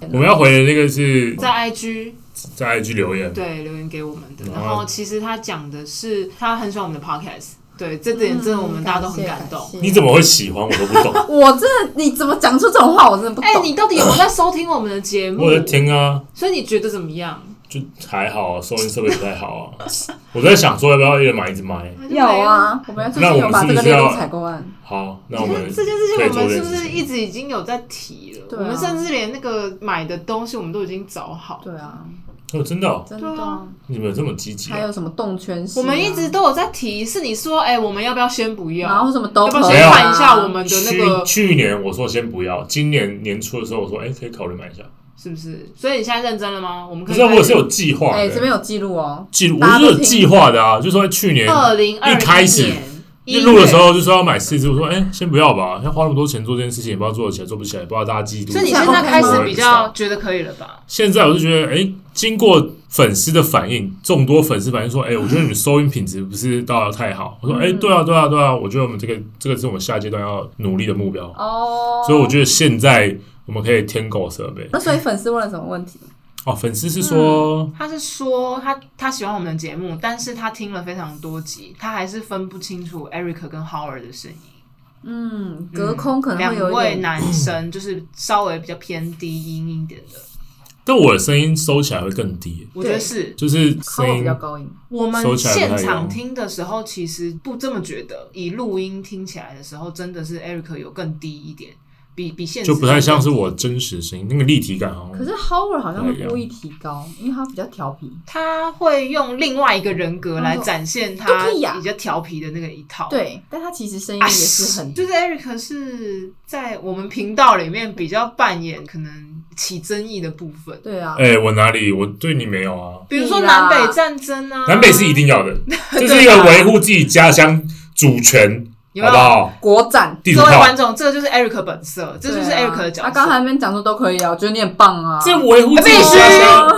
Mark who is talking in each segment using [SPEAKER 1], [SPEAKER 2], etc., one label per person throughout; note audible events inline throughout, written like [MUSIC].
[SPEAKER 1] 嗯我们要回的那个是
[SPEAKER 2] 在 IG
[SPEAKER 1] 在 IG 留言，
[SPEAKER 2] 对留言给我们的。
[SPEAKER 1] 然
[SPEAKER 2] 然
[SPEAKER 1] 后
[SPEAKER 2] 后其实他讲的是他很喜欢我们的 podcast，对这点真
[SPEAKER 3] 嗯
[SPEAKER 2] 的我们大家都很感动。
[SPEAKER 1] 你怎么会喜欢我都不
[SPEAKER 2] [LAUGHS]
[SPEAKER 1] 懂，
[SPEAKER 3] 我真的，你怎么讲出这种话？我真的不
[SPEAKER 2] 哎、
[SPEAKER 3] 懂。
[SPEAKER 2] 你到底有没有在收听我们的节目？
[SPEAKER 1] 我在听啊，
[SPEAKER 2] 所以你觉得怎么样？
[SPEAKER 1] 就还好啊，收音设备不太好啊，我在想说要不要一人买一支麦，
[SPEAKER 3] 有，啊，
[SPEAKER 2] 哎
[SPEAKER 3] 我们最
[SPEAKER 1] 那我
[SPEAKER 3] 近
[SPEAKER 1] 们
[SPEAKER 3] 有把
[SPEAKER 1] 是
[SPEAKER 3] 这
[SPEAKER 1] 不
[SPEAKER 3] 个
[SPEAKER 1] 是
[SPEAKER 3] 列入
[SPEAKER 1] 要
[SPEAKER 3] 采购案。
[SPEAKER 1] 好，那
[SPEAKER 2] 你
[SPEAKER 1] 我
[SPEAKER 2] 看
[SPEAKER 1] 们
[SPEAKER 2] 这件事情，
[SPEAKER 1] 可以
[SPEAKER 2] 我
[SPEAKER 1] 做
[SPEAKER 2] 们
[SPEAKER 1] 这
[SPEAKER 2] 是
[SPEAKER 1] 件
[SPEAKER 2] 不
[SPEAKER 1] 事
[SPEAKER 2] 是
[SPEAKER 1] 情
[SPEAKER 2] 一直已经有在提了？
[SPEAKER 3] 对啊
[SPEAKER 2] 我们甚至连那个买的东西，我们都已经找好。
[SPEAKER 3] 对啊，
[SPEAKER 1] 哦，真的哦，
[SPEAKER 3] 真
[SPEAKER 2] 对
[SPEAKER 3] 的
[SPEAKER 2] 啊。
[SPEAKER 1] 你们有这么积极啊
[SPEAKER 3] 还？有什么动圈式啊？
[SPEAKER 2] 我们一直都有在提，是你说，哎、我们要不要先不要？
[SPEAKER 3] 然后什么都
[SPEAKER 2] 要不
[SPEAKER 3] 可
[SPEAKER 2] 要
[SPEAKER 3] 以啊
[SPEAKER 2] 先看一下我们的那
[SPEAKER 1] 去
[SPEAKER 2] 个
[SPEAKER 1] 去年我说先不要，今年年初的时候我说，哎、可以考虑买一下。
[SPEAKER 2] 是不是？所以你现在认真了吗？我们
[SPEAKER 1] 不
[SPEAKER 2] 可
[SPEAKER 1] 是啊，我
[SPEAKER 2] 以
[SPEAKER 1] 也是有计划
[SPEAKER 3] 哎，这
[SPEAKER 1] 的，
[SPEAKER 3] 边有记录哦。
[SPEAKER 1] 计我
[SPEAKER 3] 大家
[SPEAKER 1] 是
[SPEAKER 3] 都
[SPEAKER 1] 有计划的啊，就说去年
[SPEAKER 2] 二零二
[SPEAKER 1] 一开始
[SPEAKER 2] 年一
[SPEAKER 1] 一录的时
[SPEAKER 2] 月，
[SPEAKER 1] 候就说要买四支，我说，哎、先不要吧，要花那么多钱做这件事情，也不知道做得起来做不起来，不知道大家记住。
[SPEAKER 2] 所以你
[SPEAKER 3] 现
[SPEAKER 2] 现
[SPEAKER 3] 在
[SPEAKER 2] 在开始
[SPEAKER 3] OK 吗
[SPEAKER 2] 比较觉得可以了吧？
[SPEAKER 1] 现在我就觉得，哎、经过粉丝的反应，众多粉丝反映说，哎、我觉得你们收音品质不是到得太好。我说，哎、对啊，对啊，对啊，我觉得我们这个这个是我们下阶段要努力的目标。
[SPEAKER 3] 哦。
[SPEAKER 1] 所以我觉得现在我们可以添购设备。
[SPEAKER 3] 那所以粉丝问了什么问题？
[SPEAKER 1] 哦，粉丝是说，
[SPEAKER 2] 他是说他他喜欢我们的节目，但是他听了非常多集，他还是分不清楚 Eric 跟 Howard 的声音。
[SPEAKER 3] 嗯，
[SPEAKER 2] 嗯
[SPEAKER 3] 隔空可能会有
[SPEAKER 2] 两
[SPEAKER 3] 一
[SPEAKER 2] 位
[SPEAKER 3] 点
[SPEAKER 2] 男生就是稍微比较偏低音一点的，
[SPEAKER 1] 但我的声音收起来会更低，
[SPEAKER 2] 我觉得是
[SPEAKER 1] 就是
[SPEAKER 3] 稍微
[SPEAKER 1] 声
[SPEAKER 3] 比
[SPEAKER 1] 音
[SPEAKER 3] 较高音，
[SPEAKER 2] 我们
[SPEAKER 1] 收起来不太一
[SPEAKER 2] 现
[SPEAKER 1] 样
[SPEAKER 2] 场听的时候，其实不这么觉得。以录音听起来的时候，真的是 Eric 有更低一点，比比现实
[SPEAKER 1] 就不太像是我真实的声音，那个立体感哦好
[SPEAKER 3] 可
[SPEAKER 1] 像。
[SPEAKER 3] 是 Howard 好像会故意提高，因为他比较调皮。
[SPEAKER 2] 他会用另外一个人格来展现他
[SPEAKER 3] 哦都可以啊
[SPEAKER 2] 比较调皮的那个一套。
[SPEAKER 3] 对，但他其实声音
[SPEAKER 2] 啊，
[SPEAKER 3] 也是很
[SPEAKER 1] 哎
[SPEAKER 2] 就是 Eric 是在我们频道里面比较扮演可能起争议的部分，
[SPEAKER 3] 对啊。
[SPEAKER 1] 哎、我哪里？我对你没有啊。
[SPEAKER 2] 比如说
[SPEAKER 3] 你啦
[SPEAKER 2] 南北战争啊，
[SPEAKER 1] 南北是一定要的，这是一
[SPEAKER 2] 对
[SPEAKER 1] 个
[SPEAKER 2] 啊
[SPEAKER 1] 维护自己家乡主权，
[SPEAKER 2] 有没
[SPEAKER 1] 好不
[SPEAKER 2] 有？
[SPEAKER 1] 好？
[SPEAKER 3] 国展，
[SPEAKER 1] 地图
[SPEAKER 2] 各位
[SPEAKER 1] 炮啊
[SPEAKER 2] 观，众，这个就是 Eric 本色，这就是
[SPEAKER 3] 对啊
[SPEAKER 2] Eric 的角色。
[SPEAKER 3] 他刚才那边讲说都可以啊，我觉得你很棒啊。
[SPEAKER 1] 这维护自己
[SPEAKER 2] 必须
[SPEAKER 1] 家乡，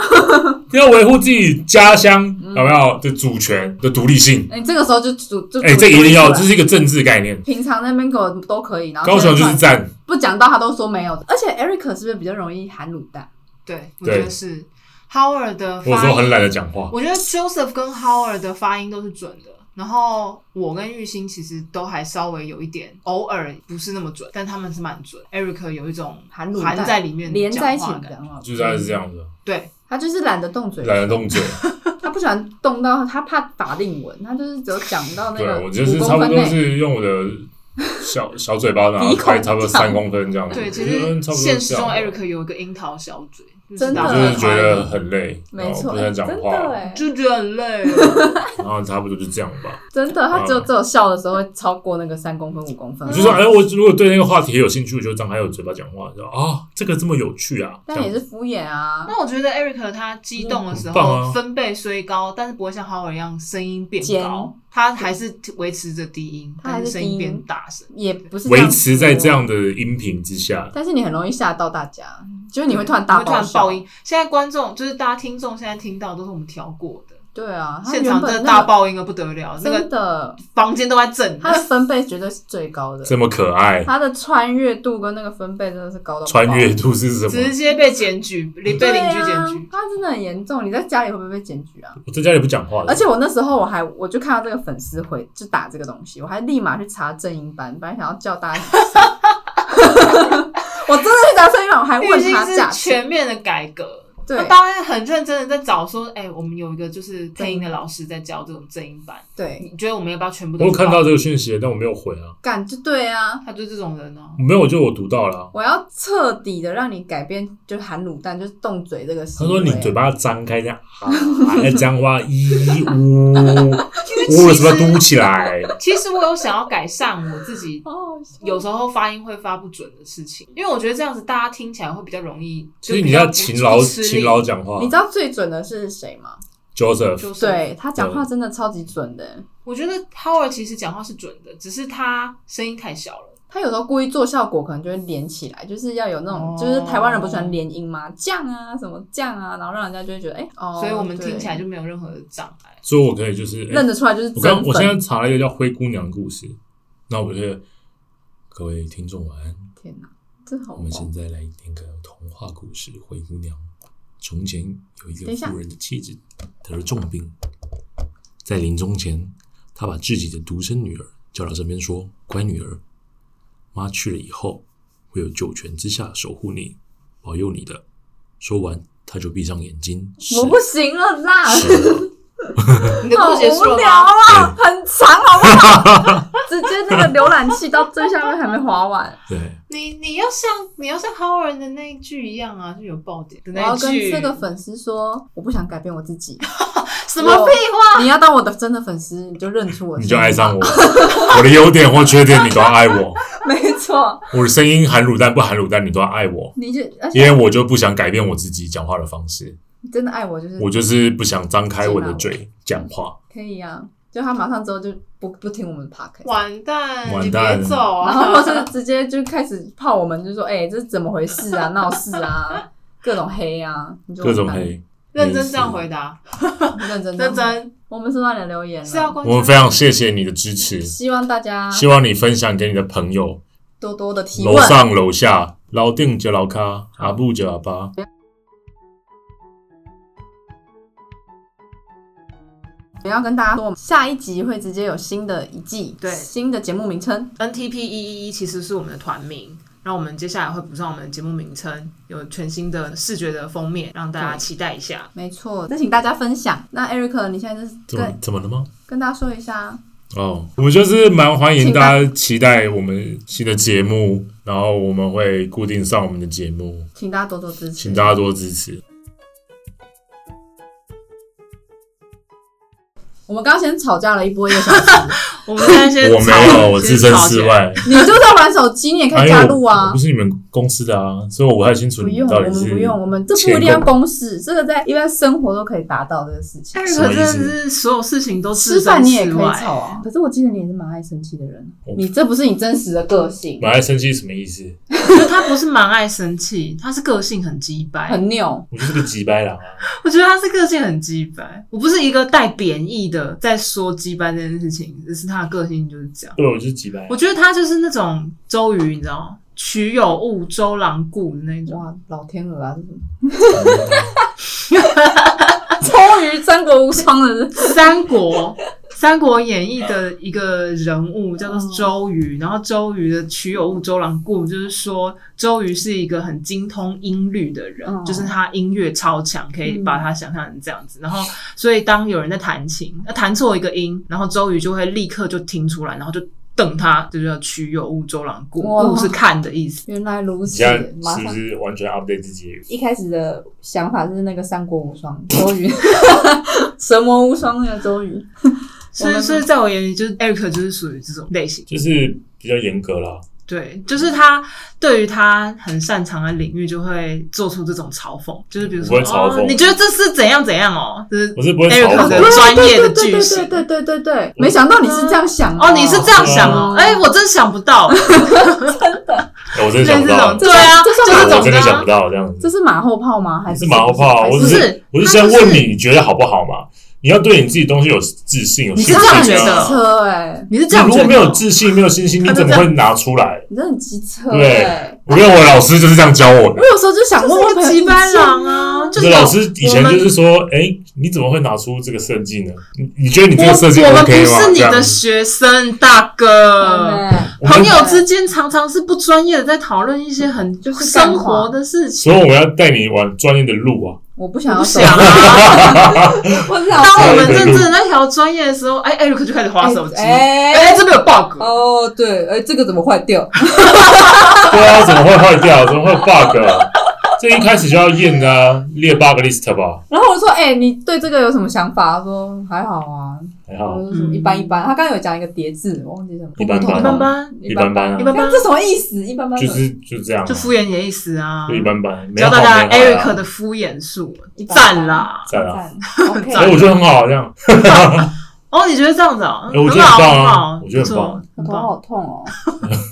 [SPEAKER 2] [LAUGHS]
[SPEAKER 1] 要维护自己家乡
[SPEAKER 3] 嗯
[SPEAKER 1] 有没有的主权的独立性？
[SPEAKER 3] 哎，这个时候就主就
[SPEAKER 1] 哎、这个一定要，这
[SPEAKER 3] 是
[SPEAKER 1] 是一个政治概念。
[SPEAKER 3] 平常那边给我都可以，然后
[SPEAKER 1] 高雄就
[SPEAKER 3] 现在
[SPEAKER 1] 是赞，
[SPEAKER 3] 不讲到他都说没有，而且 Eric 是不是比较容易含卤蛋？
[SPEAKER 2] 对，我
[SPEAKER 1] 对
[SPEAKER 2] 觉得是 Howard 的
[SPEAKER 1] 我
[SPEAKER 2] 发
[SPEAKER 1] 说很
[SPEAKER 2] 音，
[SPEAKER 1] 懒得讲话。
[SPEAKER 2] 我觉得 Joseph 跟 Howard 的发音都是准的。然后我跟玉兴其实都还稍微有一点，偶尔不是那么准，但他们是蛮准。Eric 有一种
[SPEAKER 3] 含卤蛋
[SPEAKER 2] 含在里面
[SPEAKER 3] 连在一起
[SPEAKER 2] 讲话的感觉，
[SPEAKER 3] 讲话，
[SPEAKER 1] 就是大概是这样的，
[SPEAKER 2] 对，
[SPEAKER 3] 他就是懒得动嘴，
[SPEAKER 1] 懒得动嘴。
[SPEAKER 3] 他不喜欢动到他怕法令纹，他就是只有讲到那
[SPEAKER 1] 对啊
[SPEAKER 3] 个，
[SPEAKER 1] 我就是
[SPEAKER 3] 五公
[SPEAKER 1] 差不
[SPEAKER 3] 分
[SPEAKER 1] 多
[SPEAKER 3] 内。
[SPEAKER 1] 是用我的小 [LAUGHS] 小嘴巴，然后
[SPEAKER 3] 鼻孔
[SPEAKER 1] 开差不多
[SPEAKER 3] 这样
[SPEAKER 1] 三公分这样子。
[SPEAKER 2] 对，其
[SPEAKER 1] 我觉得
[SPEAKER 2] 实
[SPEAKER 1] 嗯差不多
[SPEAKER 2] 现实
[SPEAKER 1] 这
[SPEAKER 2] 中
[SPEAKER 1] 样
[SPEAKER 2] Eric 有一个樱桃小嘴，就是
[SPEAKER 3] 真的
[SPEAKER 2] 打
[SPEAKER 1] 我
[SPEAKER 2] 不
[SPEAKER 1] 就
[SPEAKER 2] 开
[SPEAKER 1] 是觉得很累，然
[SPEAKER 3] 没
[SPEAKER 1] 后
[SPEAKER 3] 错，
[SPEAKER 1] 哦不
[SPEAKER 3] 哎
[SPEAKER 1] 想讲
[SPEAKER 3] 真的
[SPEAKER 1] 话，
[SPEAKER 3] 哎，
[SPEAKER 2] 就觉得很累了。哦
[SPEAKER 1] 然后差不多就这样吧。
[SPEAKER 3] 真的，他只有
[SPEAKER 1] 嗯
[SPEAKER 3] 只有笑的时候会超过那个三公分、五公分
[SPEAKER 1] 我，就说，哎，我如果对那个话题有兴趣，我就张开我嘴巴讲话，说啊，这个这么有趣啊，这
[SPEAKER 3] 但也
[SPEAKER 1] 样
[SPEAKER 3] 是敷衍啊，
[SPEAKER 2] [LAUGHS] 那我觉得 Eric 他激动的时
[SPEAKER 1] 很棒
[SPEAKER 2] 候
[SPEAKER 1] 啊
[SPEAKER 2] 分贝虽高，但是不会像 Howard 一样声音变
[SPEAKER 3] 尖
[SPEAKER 2] 高，他还是维持着低音，
[SPEAKER 3] 他还
[SPEAKER 2] 但
[SPEAKER 3] 是
[SPEAKER 2] 是声音
[SPEAKER 3] 低音
[SPEAKER 2] 变大声。
[SPEAKER 3] 也不是这样
[SPEAKER 1] 维持在
[SPEAKER 3] 说，
[SPEAKER 1] 这样的音频之下。
[SPEAKER 3] 但是你很容易吓到大家，就是你会突然大
[SPEAKER 2] 嗯你会突然
[SPEAKER 3] 笑
[SPEAKER 2] 爆，音。现在观众就是大家听众现在听到都是我们调过的，
[SPEAKER 3] 对啊，他
[SPEAKER 2] 现场
[SPEAKER 3] 原
[SPEAKER 2] 真
[SPEAKER 3] 本
[SPEAKER 2] 的
[SPEAKER 3] 那
[SPEAKER 2] 大
[SPEAKER 3] 个
[SPEAKER 2] 爆音的不得了，那
[SPEAKER 3] 真
[SPEAKER 2] 个
[SPEAKER 3] 的，
[SPEAKER 2] 房间都在震。
[SPEAKER 3] 他的分贝绝对是最高的，
[SPEAKER 1] 这么可爱，
[SPEAKER 3] 他的穿越度跟那个分贝真的是高到爆
[SPEAKER 1] 穿越度是什么
[SPEAKER 2] 直？接被检举，邻被
[SPEAKER 3] 对
[SPEAKER 2] 邻居
[SPEAKER 3] 啊
[SPEAKER 2] 检举，，
[SPEAKER 3] 他真的很严重。你在家里会不会被检举啊？
[SPEAKER 1] 我在家里不讲话的，
[SPEAKER 3] 而且我那时候我还我就看到这个粉丝回就打这个东西，我还立马去查正音班，本来想要叫大家一起
[SPEAKER 2] [LAUGHS]
[SPEAKER 3] 上，我真的去查正音班，我还
[SPEAKER 2] 毕
[SPEAKER 3] 啊问
[SPEAKER 2] 竟
[SPEAKER 3] 他价
[SPEAKER 2] 是
[SPEAKER 3] 钱。
[SPEAKER 2] 全面的改革。
[SPEAKER 3] 对
[SPEAKER 2] 他当然很认真的在找说，哎、我们有一个就是配音的老师在教这种正音版，
[SPEAKER 3] 对，
[SPEAKER 2] 你觉得我们要不要全部都
[SPEAKER 1] 我有看
[SPEAKER 2] 报
[SPEAKER 1] 到这个讯息，但我没有回啊，
[SPEAKER 3] 感就对啊。
[SPEAKER 2] 他就是这种人哦、
[SPEAKER 1] 没有，我就我读到了啊。
[SPEAKER 3] 我要彻底的让你改变，就是含卤蛋，就是动嘴这个行
[SPEAKER 1] 他
[SPEAKER 3] 为。
[SPEAKER 1] 说：“你嘴巴要张开，这样啊，要讲话，咦呜
[SPEAKER 3] [LAUGHS]
[SPEAKER 1] 呜了什么嘟起来？
[SPEAKER 2] 其实我有想要改善我自己
[SPEAKER 3] 哦，
[SPEAKER 2] 有时候发音会发不准的事情，因为我觉得这样子大家听起来会比较容易，
[SPEAKER 1] 所以
[SPEAKER 2] 就
[SPEAKER 1] 你
[SPEAKER 2] 比较
[SPEAKER 1] 要
[SPEAKER 2] 不
[SPEAKER 1] 勤劳，
[SPEAKER 2] 不吃力
[SPEAKER 1] 勤劳讲话
[SPEAKER 3] 你。知道最准的是谁吗？
[SPEAKER 1] Joseph，
[SPEAKER 2] 就是，
[SPEAKER 3] 对他讲话真的超级准的、
[SPEAKER 2] 我觉得 Howard 其实讲话是准的，只是他声音太小了。
[SPEAKER 3] 他有时候故意做效果，可能就会连起来，就是要有那种，
[SPEAKER 2] 哦
[SPEAKER 3] 就是台湾人不喜欢连音吗？降啊，什么降啊，然后让人家就会觉得，哎、哦，
[SPEAKER 2] 所以我们听起来
[SPEAKER 3] 就
[SPEAKER 2] 就没有任何的障碍。
[SPEAKER 1] 所以我可以就是，
[SPEAKER 3] 认
[SPEAKER 1] 欸
[SPEAKER 3] 得出来就是
[SPEAKER 1] 我刚
[SPEAKER 3] 真
[SPEAKER 1] 我现在
[SPEAKER 3] 粉。
[SPEAKER 1] 查了一个叫《灰姑娘》的故事，那我觉得各位听众晚安，
[SPEAKER 3] 天哪，这好
[SPEAKER 4] 我们现
[SPEAKER 3] 猛。
[SPEAKER 4] 在来念个童话故事《灰姑娘》。从前有一
[SPEAKER 3] 等
[SPEAKER 4] 个
[SPEAKER 3] 一下
[SPEAKER 4] 妇人的妻子得了重病，在临终前，她把自己的独生女儿叫到身边说：“乖女儿，妈去了以后，会有九泉之下守护你、保佑你的。”说完，她就闭上眼睛。
[SPEAKER 3] 我不行了啦，
[SPEAKER 4] 死了
[SPEAKER 2] 你的
[SPEAKER 3] 好
[SPEAKER 2] 故事结束
[SPEAKER 3] 哦无
[SPEAKER 2] 了
[SPEAKER 3] 聊
[SPEAKER 2] 吗？
[SPEAKER 3] 啊，很长好不好？直接那个浏览器到最下面还没划完，
[SPEAKER 4] 对，
[SPEAKER 2] 你你要像你要像 Howard 的那一句一样啊，就有爆点的
[SPEAKER 3] 我
[SPEAKER 2] 那
[SPEAKER 3] 要
[SPEAKER 2] 一
[SPEAKER 3] 跟
[SPEAKER 2] 句。
[SPEAKER 3] 这个粉丝说，我不想改变我自
[SPEAKER 2] [LAUGHS]
[SPEAKER 3] 己。
[SPEAKER 2] 什么屁话？
[SPEAKER 3] 你要当我的真的粉丝，你就认出我，
[SPEAKER 1] 你就爱上我，我的优点或缺点你都要爱我，
[SPEAKER 3] 我。没错，
[SPEAKER 1] 我的声音含卤蛋不含卤蛋你都要爱我，
[SPEAKER 3] 你就而
[SPEAKER 1] 因
[SPEAKER 3] 且
[SPEAKER 1] 为我就不想改变我自己讲话的方式，
[SPEAKER 3] 你真的爱我，就是
[SPEAKER 1] 我就是不想张开我的嘴讲话。
[SPEAKER 3] 可以啊。就他马上之后就不不听我们的 podcast，
[SPEAKER 2] 完蛋！
[SPEAKER 1] 完
[SPEAKER 2] 你
[SPEAKER 1] 蛋
[SPEAKER 2] 别走
[SPEAKER 3] 然
[SPEAKER 2] 啊！
[SPEAKER 3] 后或是直接就开始泡我们，就说：“哎、这是怎么回事啊？闹事啊，各种黑啊，你就
[SPEAKER 1] 各种，黑，
[SPEAKER 2] [LAUGHS] 认真这样回答，
[SPEAKER 3] 认真
[SPEAKER 2] 认。真
[SPEAKER 3] 我们收到你的留言了，
[SPEAKER 2] 是要关
[SPEAKER 1] 我们非常谢谢你的支持，
[SPEAKER 3] 希望大家
[SPEAKER 1] 希望你分享给你的朋友，
[SPEAKER 3] 多多的提问
[SPEAKER 1] 楼。上楼下，老定就老咖，阿布就阿巴。
[SPEAKER 3] 也要跟大家说，我们下一集会直接有新的一季，
[SPEAKER 2] 对
[SPEAKER 3] 新的节目名称。
[SPEAKER 2] NTP 一一一其实是我们的团名，然后我们接下来会补上我们的节目名称，有全新的视觉的封面，让大家
[SPEAKER 3] 对
[SPEAKER 2] 期待一下。
[SPEAKER 3] 没错，再请大家分享。那 Eric，你现在就是
[SPEAKER 1] 怎么
[SPEAKER 3] 跟
[SPEAKER 1] 怎么了吗？
[SPEAKER 3] 跟大家说一下，
[SPEAKER 1] 哦，我就是蛮欢迎大家期待我们新的节目，然后我们会固定上我们的节目，
[SPEAKER 3] 请大家多多支持
[SPEAKER 1] 请。大家多支持。
[SPEAKER 3] 我们刚刚先吵架了一波一个小
[SPEAKER 1] [LAUGHS]
[SPEAKER 3] 时，
[SPEAKER 2] 我们现在先
[SPEAKER 1] 我
[SPEAKER 2] 吵
[SPEAKER 1] 没有，我
[SPEAKER 2] 先
[SPEAKER 1] 置身
[SPEAKER 2] 吵起
[SPEAKER 1] 事
[SPEAKER 2] 来。
[SPEAKER 1] 外。
[SPEAKER 3] 你就在玩手机，你也可以
[SPEAKER 1] 因为
[SPEAKER 3] 加
[SPEAKER 1] 我
[SPEAKER 3] 入
[SPEAKER 1] 我
[SPEAKER 3] 啊
[SPEAKER 1] 不。是你们公司的啊，所以我不太清楚
[SPEAKER 3] 不
[SPEAKER 1] 你
[SPEAKER 3] 用，
[SPEAKER 1] 们
[SPEAKER 3] 我
[SPEAKER 1] 到底
[SPEAKER 3] 们
[SPEAKER 1] 是
[SPEAKER 3] 不用，我们这
[SPEAKER 1] 前
[SPEAKER 3] 不一定要
[SPEAKER 1] 公
[SPEAKER 3] 公式，这个在一般生活都可以达到这个事情。
[SPEAKER 2] 艾
[SPEAKER 1] 什
[SPEAKER 2] 瑞
[SPEAKER 1] 么
[SPEAKER 2] 克
[SPEAKER 1] 意
[SPEAKER 2] 真
[SPEAKER 1] 思
[SPEAKER 2] 的是所有事情都置
[SPEAKER 3] 吃饭
[SPEAKER 2] 身
[SPEAKER 3] 你也
[SPEAKER 2] 事
[SPEAKER 3] 可以吵
[SPEAKER 2] 外。
[SPEAKER 3] 啊，可是我记得你也是蛮爱生气的人
[SPEAKER 1] 我，
[SPEAKER 3] 你这不是你真实的个性，
[SPEAKER 1] 马来生气什么意思？
[SPEAKER 2] 我觉得他不是蛮爱生气，他是个性很鸡掰。
[SPEAKER 3] 很拗。
[SPEAKER 1] 我就是个急掰狼啊！
[SPEAKER 2] [LAUGHS] 我觉得他是个性很鸡掰。我不是一个带贬义的在说鸡掰这件事情，只是他的个性就是这样。
[SPEAKER 1] 对，我就是急掰
[SPEAKER 2] 我。觉得他就是那种周瑜，你知道吗？曲有误，周郎顾的那种。
[SPEAKER 3] 哇，老天鹅啊，这是什么？ [LAUGHS] 终于三国无双的人，
[SPEAKER 2] 三国。《三国演义》的一个人物叫做周瑜，然后周瑜的曲有误周郎顾，就是说周瑜是一个很精通音律的人，
[SPEAKER 3] 嗯
[SPEAKER 2] 就是他音乐超强，可以把他想象成这样子。然后，所以当有人在弹琴，那弹错一个音，然后周瑜就会立刻就听出来，然后就瞪他，就叫曲有误周郎顾，
[SPEAKER 3] 哇
[SPEAKER 2] 顾是看的意思。
[SPEAKER 3] [LAUGHS] 原来如
[SPEAKER 1] 你
[SPEAKER 3] 此
[SPEAKER 1] 现在，
[SPEAKER 3] 马
[SPEAKER 1] 是不
[SPEAKER 3] 上。
[SPEAKER 1] 是完全 update 自己？
[SPEAKER 3] 一开始的想法是那个三国无 [LAUGHS] 双周瑜，神魔无双那个周瑜，
[SPEAKER 2] 所以，所以在我眼里，就是 Eric 就是属于这种类型。
[SPEAKER 1] 就是比较严格啦。
[SPEAKER 2] 对，就是他对于他很擅长的领域，就会做出这种嘲讽，就是比如说，
[SPEAKER 1] 我不会嘲讽
[SPEAKER 2] 哦，你觉得这是怎样怎样哦？就是
[SPEAKER 1] 我是不会嘲
[SPEAKER 2] Eric
[SPEAKER 1] 讽
[SPEAKER 2] 的专业的句
[SPEAKER 3] 哦对
[SPEAKER 2] 式。
[SPEAKER 3] 对对对对对，没想到你是这样想的
[SPEAKER 2] 哦，你是这样想
[SPEAKER 3] 哦
[SPEAKER 2] 哦？哎，我真想不到，
[SPEAKER 1] 哎我真的想不
[SPEAKER 2] 类似这
[SPEAKER 1] 到哎
[SPEAKER 2] 种，，
[SPEAKER 3] 这
[SPEAKER 2] 对啊，
[SPEAKER 3] 这
[SPEAKER 2] 就
[SPEAKER 3] 算
[SPEAKER 2] 这
[SPEAKER 1] 我真的
[SPEAKER 2] 种
[SPEAKER 1] 想不
[SPEAKER 2] 啊。
[SPEAKER 1] 到这样
[SPEAKER 3] 这
[SPEAKER 1] 子。
[SPEAKER 3] 是马后炮吗？还
[SPEAKER 1] 是
[SPEAKER 3] 是
[SPEAKER 1] 马后炮啊，
[SPEAKER 3] 还
[SPEAKER 1] 我只
[SPEAKER 2] 不
[SPEAKER 1] 是
[SPEAKER 2] 是
[SPEAKER 1] 我是
[SPEAKER 2] 他
[SPEAKER 1] 先
[SPEAKER 2] 就是
[SPEAKER 1] 问你，你觉得好不好嘛？你要对你自己东西有自信，有
[SPEAKER 3] 你
[SPEAKER 1] 信
[SPEAKER 3] 是
[SPEAKER 1] 心
[SPEAKER 3] 这样觉
[SPEAKER 2] 觉
[SPEAKER 1] 啊
[SPEAKER 3] 得
[SPEAKER 2] 得
[SPEAKER 3] 车哎，
[SPEAKER 2] 你是这
[SPEAKER 1] 你
[SPEAKER 2] 样
[SPEAKER 1] 如
[SPEAKER 2] 觉
[SPEAKER 1] 果
[SPEAKER 2] 得？哦啊
[SPEAKER 1] 没有自信、没有信心，你
[SPEAKER 2] 他就
[SPEAKER 1] 怎么
[SPEAKER 2] 这
[SPEAKER 1] 会拿出来？
[SPEAKER 3] 你真的很机车
[SPEAKER 1] 对
[SPEAKER 3] 哎。
[SPEAKER 1] 我认为老师就是这样教我的
[SPEAKER 3] 我。有时候就想问问朋
[SPEAKER 2] 就是个
[SPEAKER 3] 友
[SPEAKER 2] 鸡
[SPEAKER 3] 意
[SPEAKER 2] 班
[SPEAKER 3] 见
[SPEAKER 2] 狼啊！就
[SPEAKER 1] 就是
[SPEAKER 2] 是
[SPEAKER 1] 老师以前就是
[SPEAKER 2] 我们
[SPEAKER 1] 说，哎、你怎么会拿出这个设计呢？你你觉得你这
[SPEAKER 2] 我
[SPEAKER 1] 个设计
[SPEAKER 2] 我们不
[SPEAKER 1] OK 吗？
[SPEAKER 2] 是你
[SPEAKER 1] 这样
[SPEAKER 2] 的学生，大哥。
[SPEAKER 3] 哎
[SPEAKER 1] 我
[SPEAKER 2] 朋
[SPEAKER 1] 们
[SPEAKER 2] 友之间常常是不专业的，在讨论一些很
[SPEAKER 3] 就是干
[SPEAKER 2] 生
[SPEAKER 3] 话
[SPEAKER 2] 活的事情。
[SPEAKER 1] 所以我要带你往专业的路啊！
[SPEAKER 3] 我不想要
[SPEAKER 2] 不
[SPEAKER 3] 走
[SPEAKER 2] 想，啊！
[SPEAKER 3] 我只想
[SPEAKER 2] 当我们
[SPEAKER 1] 对
[SPEAKER 2] 认真的在调专业的时候，哎，Eric 就开始划手机，哎、
[SPEAKER 3] 哎，
[SPEAKER 2] 这边有 bug，、
[SPEAKER 3] 哦，对，哎，这个怎么坏掉？
[SPEAKER 1] [LAUGHS] 对啊，怎么会坏掉？怎么会
[SPEAKER 2] [LAUGHS]
[SPEAKER 1] bug？啊这一开始就要验啊，列 bug list 吧，
[SPEAKER 3] 然后我说，哎，你对这个有什么想法？他说还好啊，
[SPEAKER 1] 还
[SPEAKER 3] 我
[SPEAKER 1] 好，
[SPEAKER 2] 嗯
[SPEAKER 3] 就说一般一般。他刚刚有讲一个叠字，我忘记什么，
[SPEAKER 1] 哦一般般
[SPEAKER 3] 普普
[SPEAKER 1] 啊
[SPEAKER 2] 一
[SPEAKER 3] 通通
[SPEAKER 2] 般般，
[SPEAKER 1] 一般般啊
[SPEAKER 2] 一般般
[SPEAKER 3] 这什么意思？一般般
[SPEAKER 1] 就是就这样、啊，
[SPEAKER 2] 就敷衍你的意思啊
[SPEAKER 1] 就。一般般，没
[SPEAKER 2] 教
[SPEAKER 1] 有好
[SPEAKER 2] 大家
[SPEAKER 1] 没有坏
[SPEAKER 2] Eric
[SPEAKER 1] 啊
[SPEAKER 2] 的敷衍术，
[SPEAKER 3] 一般般
[SPEAKER 2] 赞啦！
[SPEAKER 1] 赞啊！
[SPEAKER 3] 赞，OK，
[SPEAKER 2] [LAUGHS]
[SPEAKER 1] 哎、我觉得很好啊，这样
[SPEAKER 2] 哦，你觉得这样子啊？
[SPEAKER 1] 哎我觉
[SPEAKER 2] 很
[SPEAKER 1] 得很
[SPEAKER 2] 好，很
[SPEAKER 1] 棒啊
[SPEAKER 2] 好，
[SPEAKER 1] 我觉得
[SPEAKER 2] 不
[SPEAKER 1] 很
[SPEAKER 2] 错，
[SPEAKER 3] 我
[SPEAKER 2] 很
[SPEAKER 3] 头好
[SPEAKER 2] 棒。
[SPEAKER 3] 痛哦。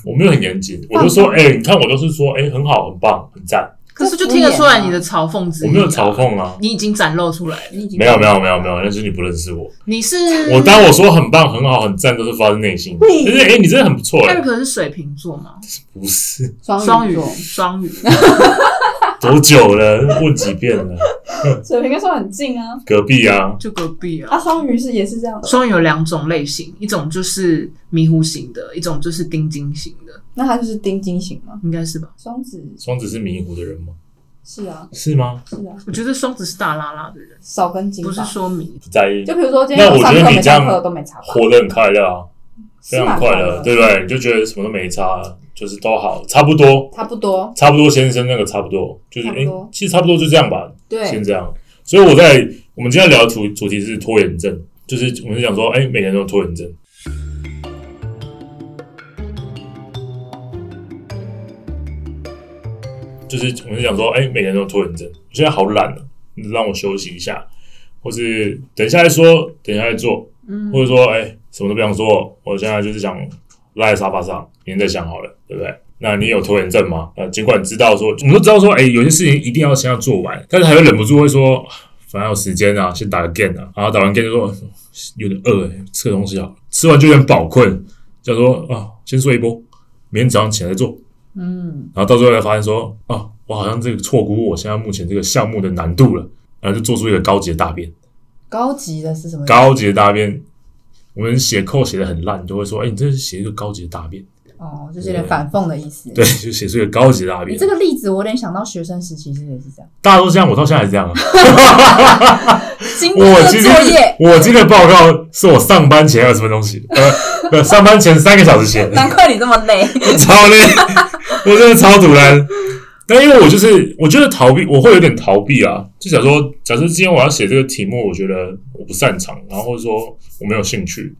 [SPEAKER 1] 我没有很严谨，我就说，哎、你看我都是说，哎、很好，很棒，很赞，
[SPEAKER 2] 可是就听得出来你的嘲讽之
[SPEAKER 1] 我
[SPEAKER 2] 意、
[SPEAKER 1] 没有嘲，讽啊，
[SPEAKER 2] 你已经展露出来了。
[SPEAKER 3] 你已经
[SPEAKER 1] 没有没有没有没有，那是你不认识我。
[SPEAKER 2] 你是
[SPEAKER 1] 我当我说很棒、很好、很赞，都是发自内心。
[SPEAKER 3] 你
[SPEAKER 1] 就是哎、你真的很不错哎、
[SPEAKER 2] Eric 是水瓶座吗？
[SPEAKER 1] 不是
[SPEAKER 3] 双
[SPEAKER 2] 双
[SPEAKER 3] 鱼
[SPEAKER 2] 鱼
[SPEAKER 3] 座，，
[SPEAKER 2] 双鱼。
[SPEAKER 1] 多久了？问几遍了？
[SPEAKER 3] 水瓶跟双鱼很近啊。
[SPEAKER 1] 隔壁啊，
[SPEAKER 2] 就隔壁
[SPEAKER 3] 啊，
[SPEAKER 2] 啊。
[SPEAKER 3] 双鱼是也是这样的，
[SPEAKER 2] 双鱼有两种类型，一种就是迷糊型的，一种就是钉钉型的，
[SPEAKER 3] 那他就是丁金型嘛。
[SPEAKER 2] 应该是吧？
[SPEAKER 3] 双子
[SPEAKER 1] 双子是迷糊的人吗？
[SPEAKER 3] 是啊，
[SPEAKER 1] 是吗？
[SPEAKER 3] 是啊，
[SPEAKER 2] 我觉得双子是大拉拉的人，
[SPEAKER 3] 少根筋吧。
[SPEAKER 2] 不是说迷。
[SPEAKER 1] 不在意，
[SPEAKER 3] 就比如说今天
[SPEAKER 1] 那
[SPEAKER 3] 有
[SPEAKER 1] 我
[SPEAKER 3] 上
[SPEAKER 1] 觉得
[SPEAKER 3] 课
[SPEAKER 1] 你
[SPEAKER 3] 没上
[SPEAKER 1] 这样
[SPEAKER 3] 课都没差吧，
[SPEAKER 1] 活得很快乐啊，非
[SPEAKER 3] 是啊
[SPEAKER 1] 常
[SPEAKER 3] 蛮
[SPEAKER 1] 快
[SPEAKER 3] 乐
[SPEAKER 1] 乐，对不对？你就觉得什么都没差，就是都好，差不多，
[SPEAKER 3] 差不多，
[SPEAKER 1] 差不多先生那个差不多，就是
[SPEAKER 3] 差
[SPEAKER 1] 哎、
[SPEAKER 3] 不
[SPEAKER 1] 诶
[SPEAKER 3] 多
[SPEAKER 1] 其实差不多就这样吧，先
[SPEAKER 3] 对，
[SPEAKER 1] 这样。所以我在我们今天聊的主主题是拖延症，就是我们是讲说，哎、每个人都有拖延症。就是我们是讲说，哎、每个人都有拖延症，我现在好懒啊，你让我休息一下，或是等一下再说，等一下再做，
[SPEAKER 3] 嗯
[SPEAKER 1] 或者说，哎、什么都不想做，我现在就是想赖在沙发上，明天再想好了，对不对？那你有拖延症吗？呃，尽管知道说，我们都知道说，哎、有些事情一定要先要做完，但是还会忍不住会说，反正有时间啊，先打个 game 啊，然后打完 game 就说有点饿、欸，吃个东西好了，吃完就有点饱困，就说啊，先睡一波，明天早上起来再做，
[SPEAKER 3] 嗯，
[SPEAKER 1] 然后到最后才发现说，啊，我好像这个错估我现在目前这个项目的难度了，然后就做出一个高级的大便。
[SPEAKER 3] 高级的是什么？
[SPEAKER 1] 高级的大便，我们写扣写的很烂，就会说，哎、你这是写一个高级的大便，
[SPEAKER 3] 哦，就是有点反讽的意思。
[SPEAKER 1] 对，就写出一个高级的大
[SPEAKER 3] 你
[SPEAKER 1] 便
[SPEAKER 3] 这。个例子，我有点想到学生时期是不是也是这样？
[SPEAKER 1] 大家都这样，我到现在还是这
[SPEAKER 3] [LAUGHS]
[SPEAKER 1] 样啊。
[SPEAKER 3] 今天
[SPEAKER 1] 我
[SPEAKER 3] 的
[SPEAKER 1] 今天
[SPEAKER 3] 作业，
[SPEAKER 1] 我今天的报告是我上班前二十分钟写，呃， [LAUGHS] 不上班前三个小时写的，
[SPEAKER 3] 难怪你这么累。
[SPEAKER 1] 超 [LAUGHS] 累，我真的超堵然。但因为我就是，我觉得逃避，我会有点逃避啊。就想说，假设今天我要写这个题目，我觉得我不擅长，然后或者说我没有兴趣，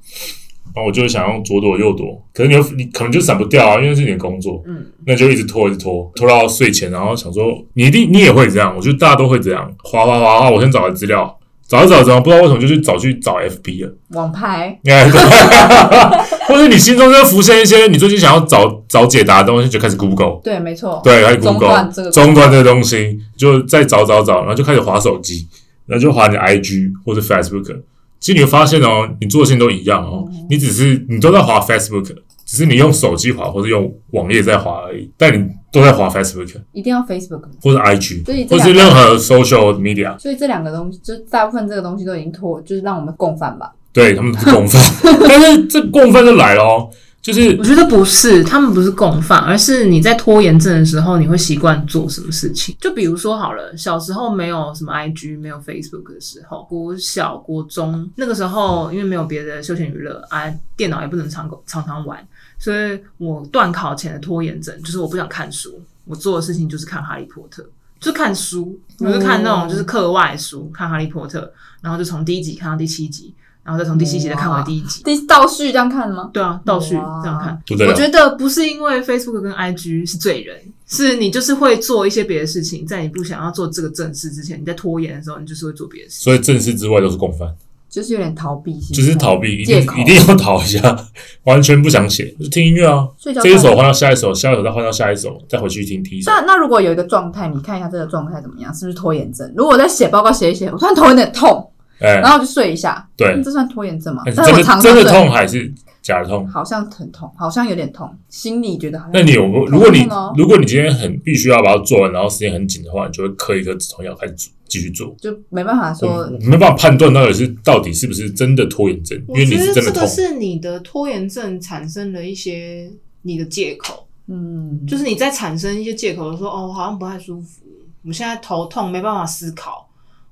[SPEAKER 1] 然后我就想用左躲右躲。可是你又你可能就闪不掉啊，因为是你的工作，
[SPEAKER 3] 嗯，
[SPEAKER 1] 那就一直拖，一直拖，拖到睡前，然后想说你一定你也会这样，我觉得大家都会这样，划划划划，我先找个资料，找一找，找不知道为什么就去找去找 FB 了。
[SPEAKER 3] [LAUGHS] 网拍，
[SPEAKER 1] 哎，对 [LAUGHS] 或者你心中就浮现一些你最近想要找找解答的东西，就开始 Google，
[SPEAKER 3] 对，没错，
[SPEAKER 1] 对，开始
[SPEAKER 3] 中
[SPEAKER 1] Google
[SPEAKER 3] 断这个
[SPEAKER 1] 中断这个东西，就再找找找，然后就开始划手机，然后就划你的 IG 或者 Facebook。其实你会发现哦，你做的事情都一样哦，
[SPEAKER 3] 嗯
[SPEAKER 1] 你只是你都在划 Facebook，只是你用手机划或者用网页在划而已，但你都在划 Facebook
[SPEAKER 3] 一定要 Facebook 吗
[SPEAKER 1] 或者 IG，
[SPEAKER 3] 所以这
[SPEAKER 1] 或
[SPEAKER 3] 两个
[SPEAKER 1] 是任何 social media，
[SPEAKER 3] 所以这两个东西，就大部分这个东西都已经脱，就是让我们共犯吧。
[SPEAKER 1] 对他们是
[SPEAKER 3] [LAUGHS]
[SPEAKER 1] 共犯，但是这共犯就来了哦，就是
[SPEAKER 2] 我觉得不是，他们不是共犯，而是你在拖延症的时候，你会习惯做什么事情？就比如说好了，小时候没有什么 IG，没有 Facebook 的时候，国小、国中那个时候，因为没有别的休闲娱乐啊，电脑也不能常常常玩，所以我断考前的拖延症就是我不想看书，我做的事情就是看《哈利波特》。就看书，我就看那
[SPEAKER 3] 哦
[SPEAKER 2] 种就是课外书，看《哈利波特》，然后就从第一集看到第七集，然后再从第七集再看回第一集，
[SPEAKER 3] 第倒叙这样看吗？
[SPEAKER 2] 对啊，倒叙
[SPEAKER 3] 哇
[SPEAKER 2] 这样看。
[SPEAKER 1] 对不对啊
[SPEAKER 2] 我？觉得不是因为 Facebook 跟 IG 是罪人，是你就是会做一些别的事情，在你不想要做这个正事之前，你在拖延的时候，你就是会做别的事。
[SPEAKER 1] 所以正事之外都是共犯。
[SPEAKER 3] 就是有点逃避性，
[SPEAKER 1] 就是逃避，一定
[SPEAKER 3] 借口
[SPEAKER 1] 一定要逃一下，完全不想写，就听音乐啊。
[SPEAKER 3] 睡觉
[SPEAKER 1] 这一首
[SPEAKER 3] 看
[SPEAKER 1] 换到下一首，下一首再换到下一首，再回去听第一首。
[SPEAKER 3] 那那如果有一个状态，你看一下这个状态怎么样，是不是拖延症？如果我在写报告写一写，我突然头有点痛，
[SPEAKER 1] 哎、
[SPEAKER 3] 然后我就睡一下，
[SPEAKER 1] 对
[SPEAKER 3] 嗯，这算拖延症吗
[SPEAKER 1] 哎？
[SPEAKER 3] 但是我
[SPEAKER 1] 真
[SPEAKER 3] 常
[SPEAKER 1] 的
[SPEAKER 3] 常
[SPEAKER 1] 真的
[SPEAKER 3] 睡，
[SPEAKER 1] 痛还是假的痛？
[SPEAKER 3] 好像很痛，好像有点痛，心里觉得好像。
[SPEAKER 1] 那你有没有如果你
[SPEAKER 3] 痛哦
[SPEAKER 1] 如果你今天很必须要把它做完，然后时间很紧的话，你就会刻一颗止痛药开始做继续做。
[SPEAKER 3] 就没办法
[SPEAKER 1] 我
[SPEAKER 3] 说
[SPEAKER 1] 我没办法判断到底是到底是不是真的拖延症，因为你是真的痛。
[SPEAKER 2] 是你的拖延症产生了一些你的借口，
[SPEAKER 3] 嗯，
[SPEAKER 2] 就是你在产生一些借口，说哦，我好像不太舒服，我现在头痛，没办法思考，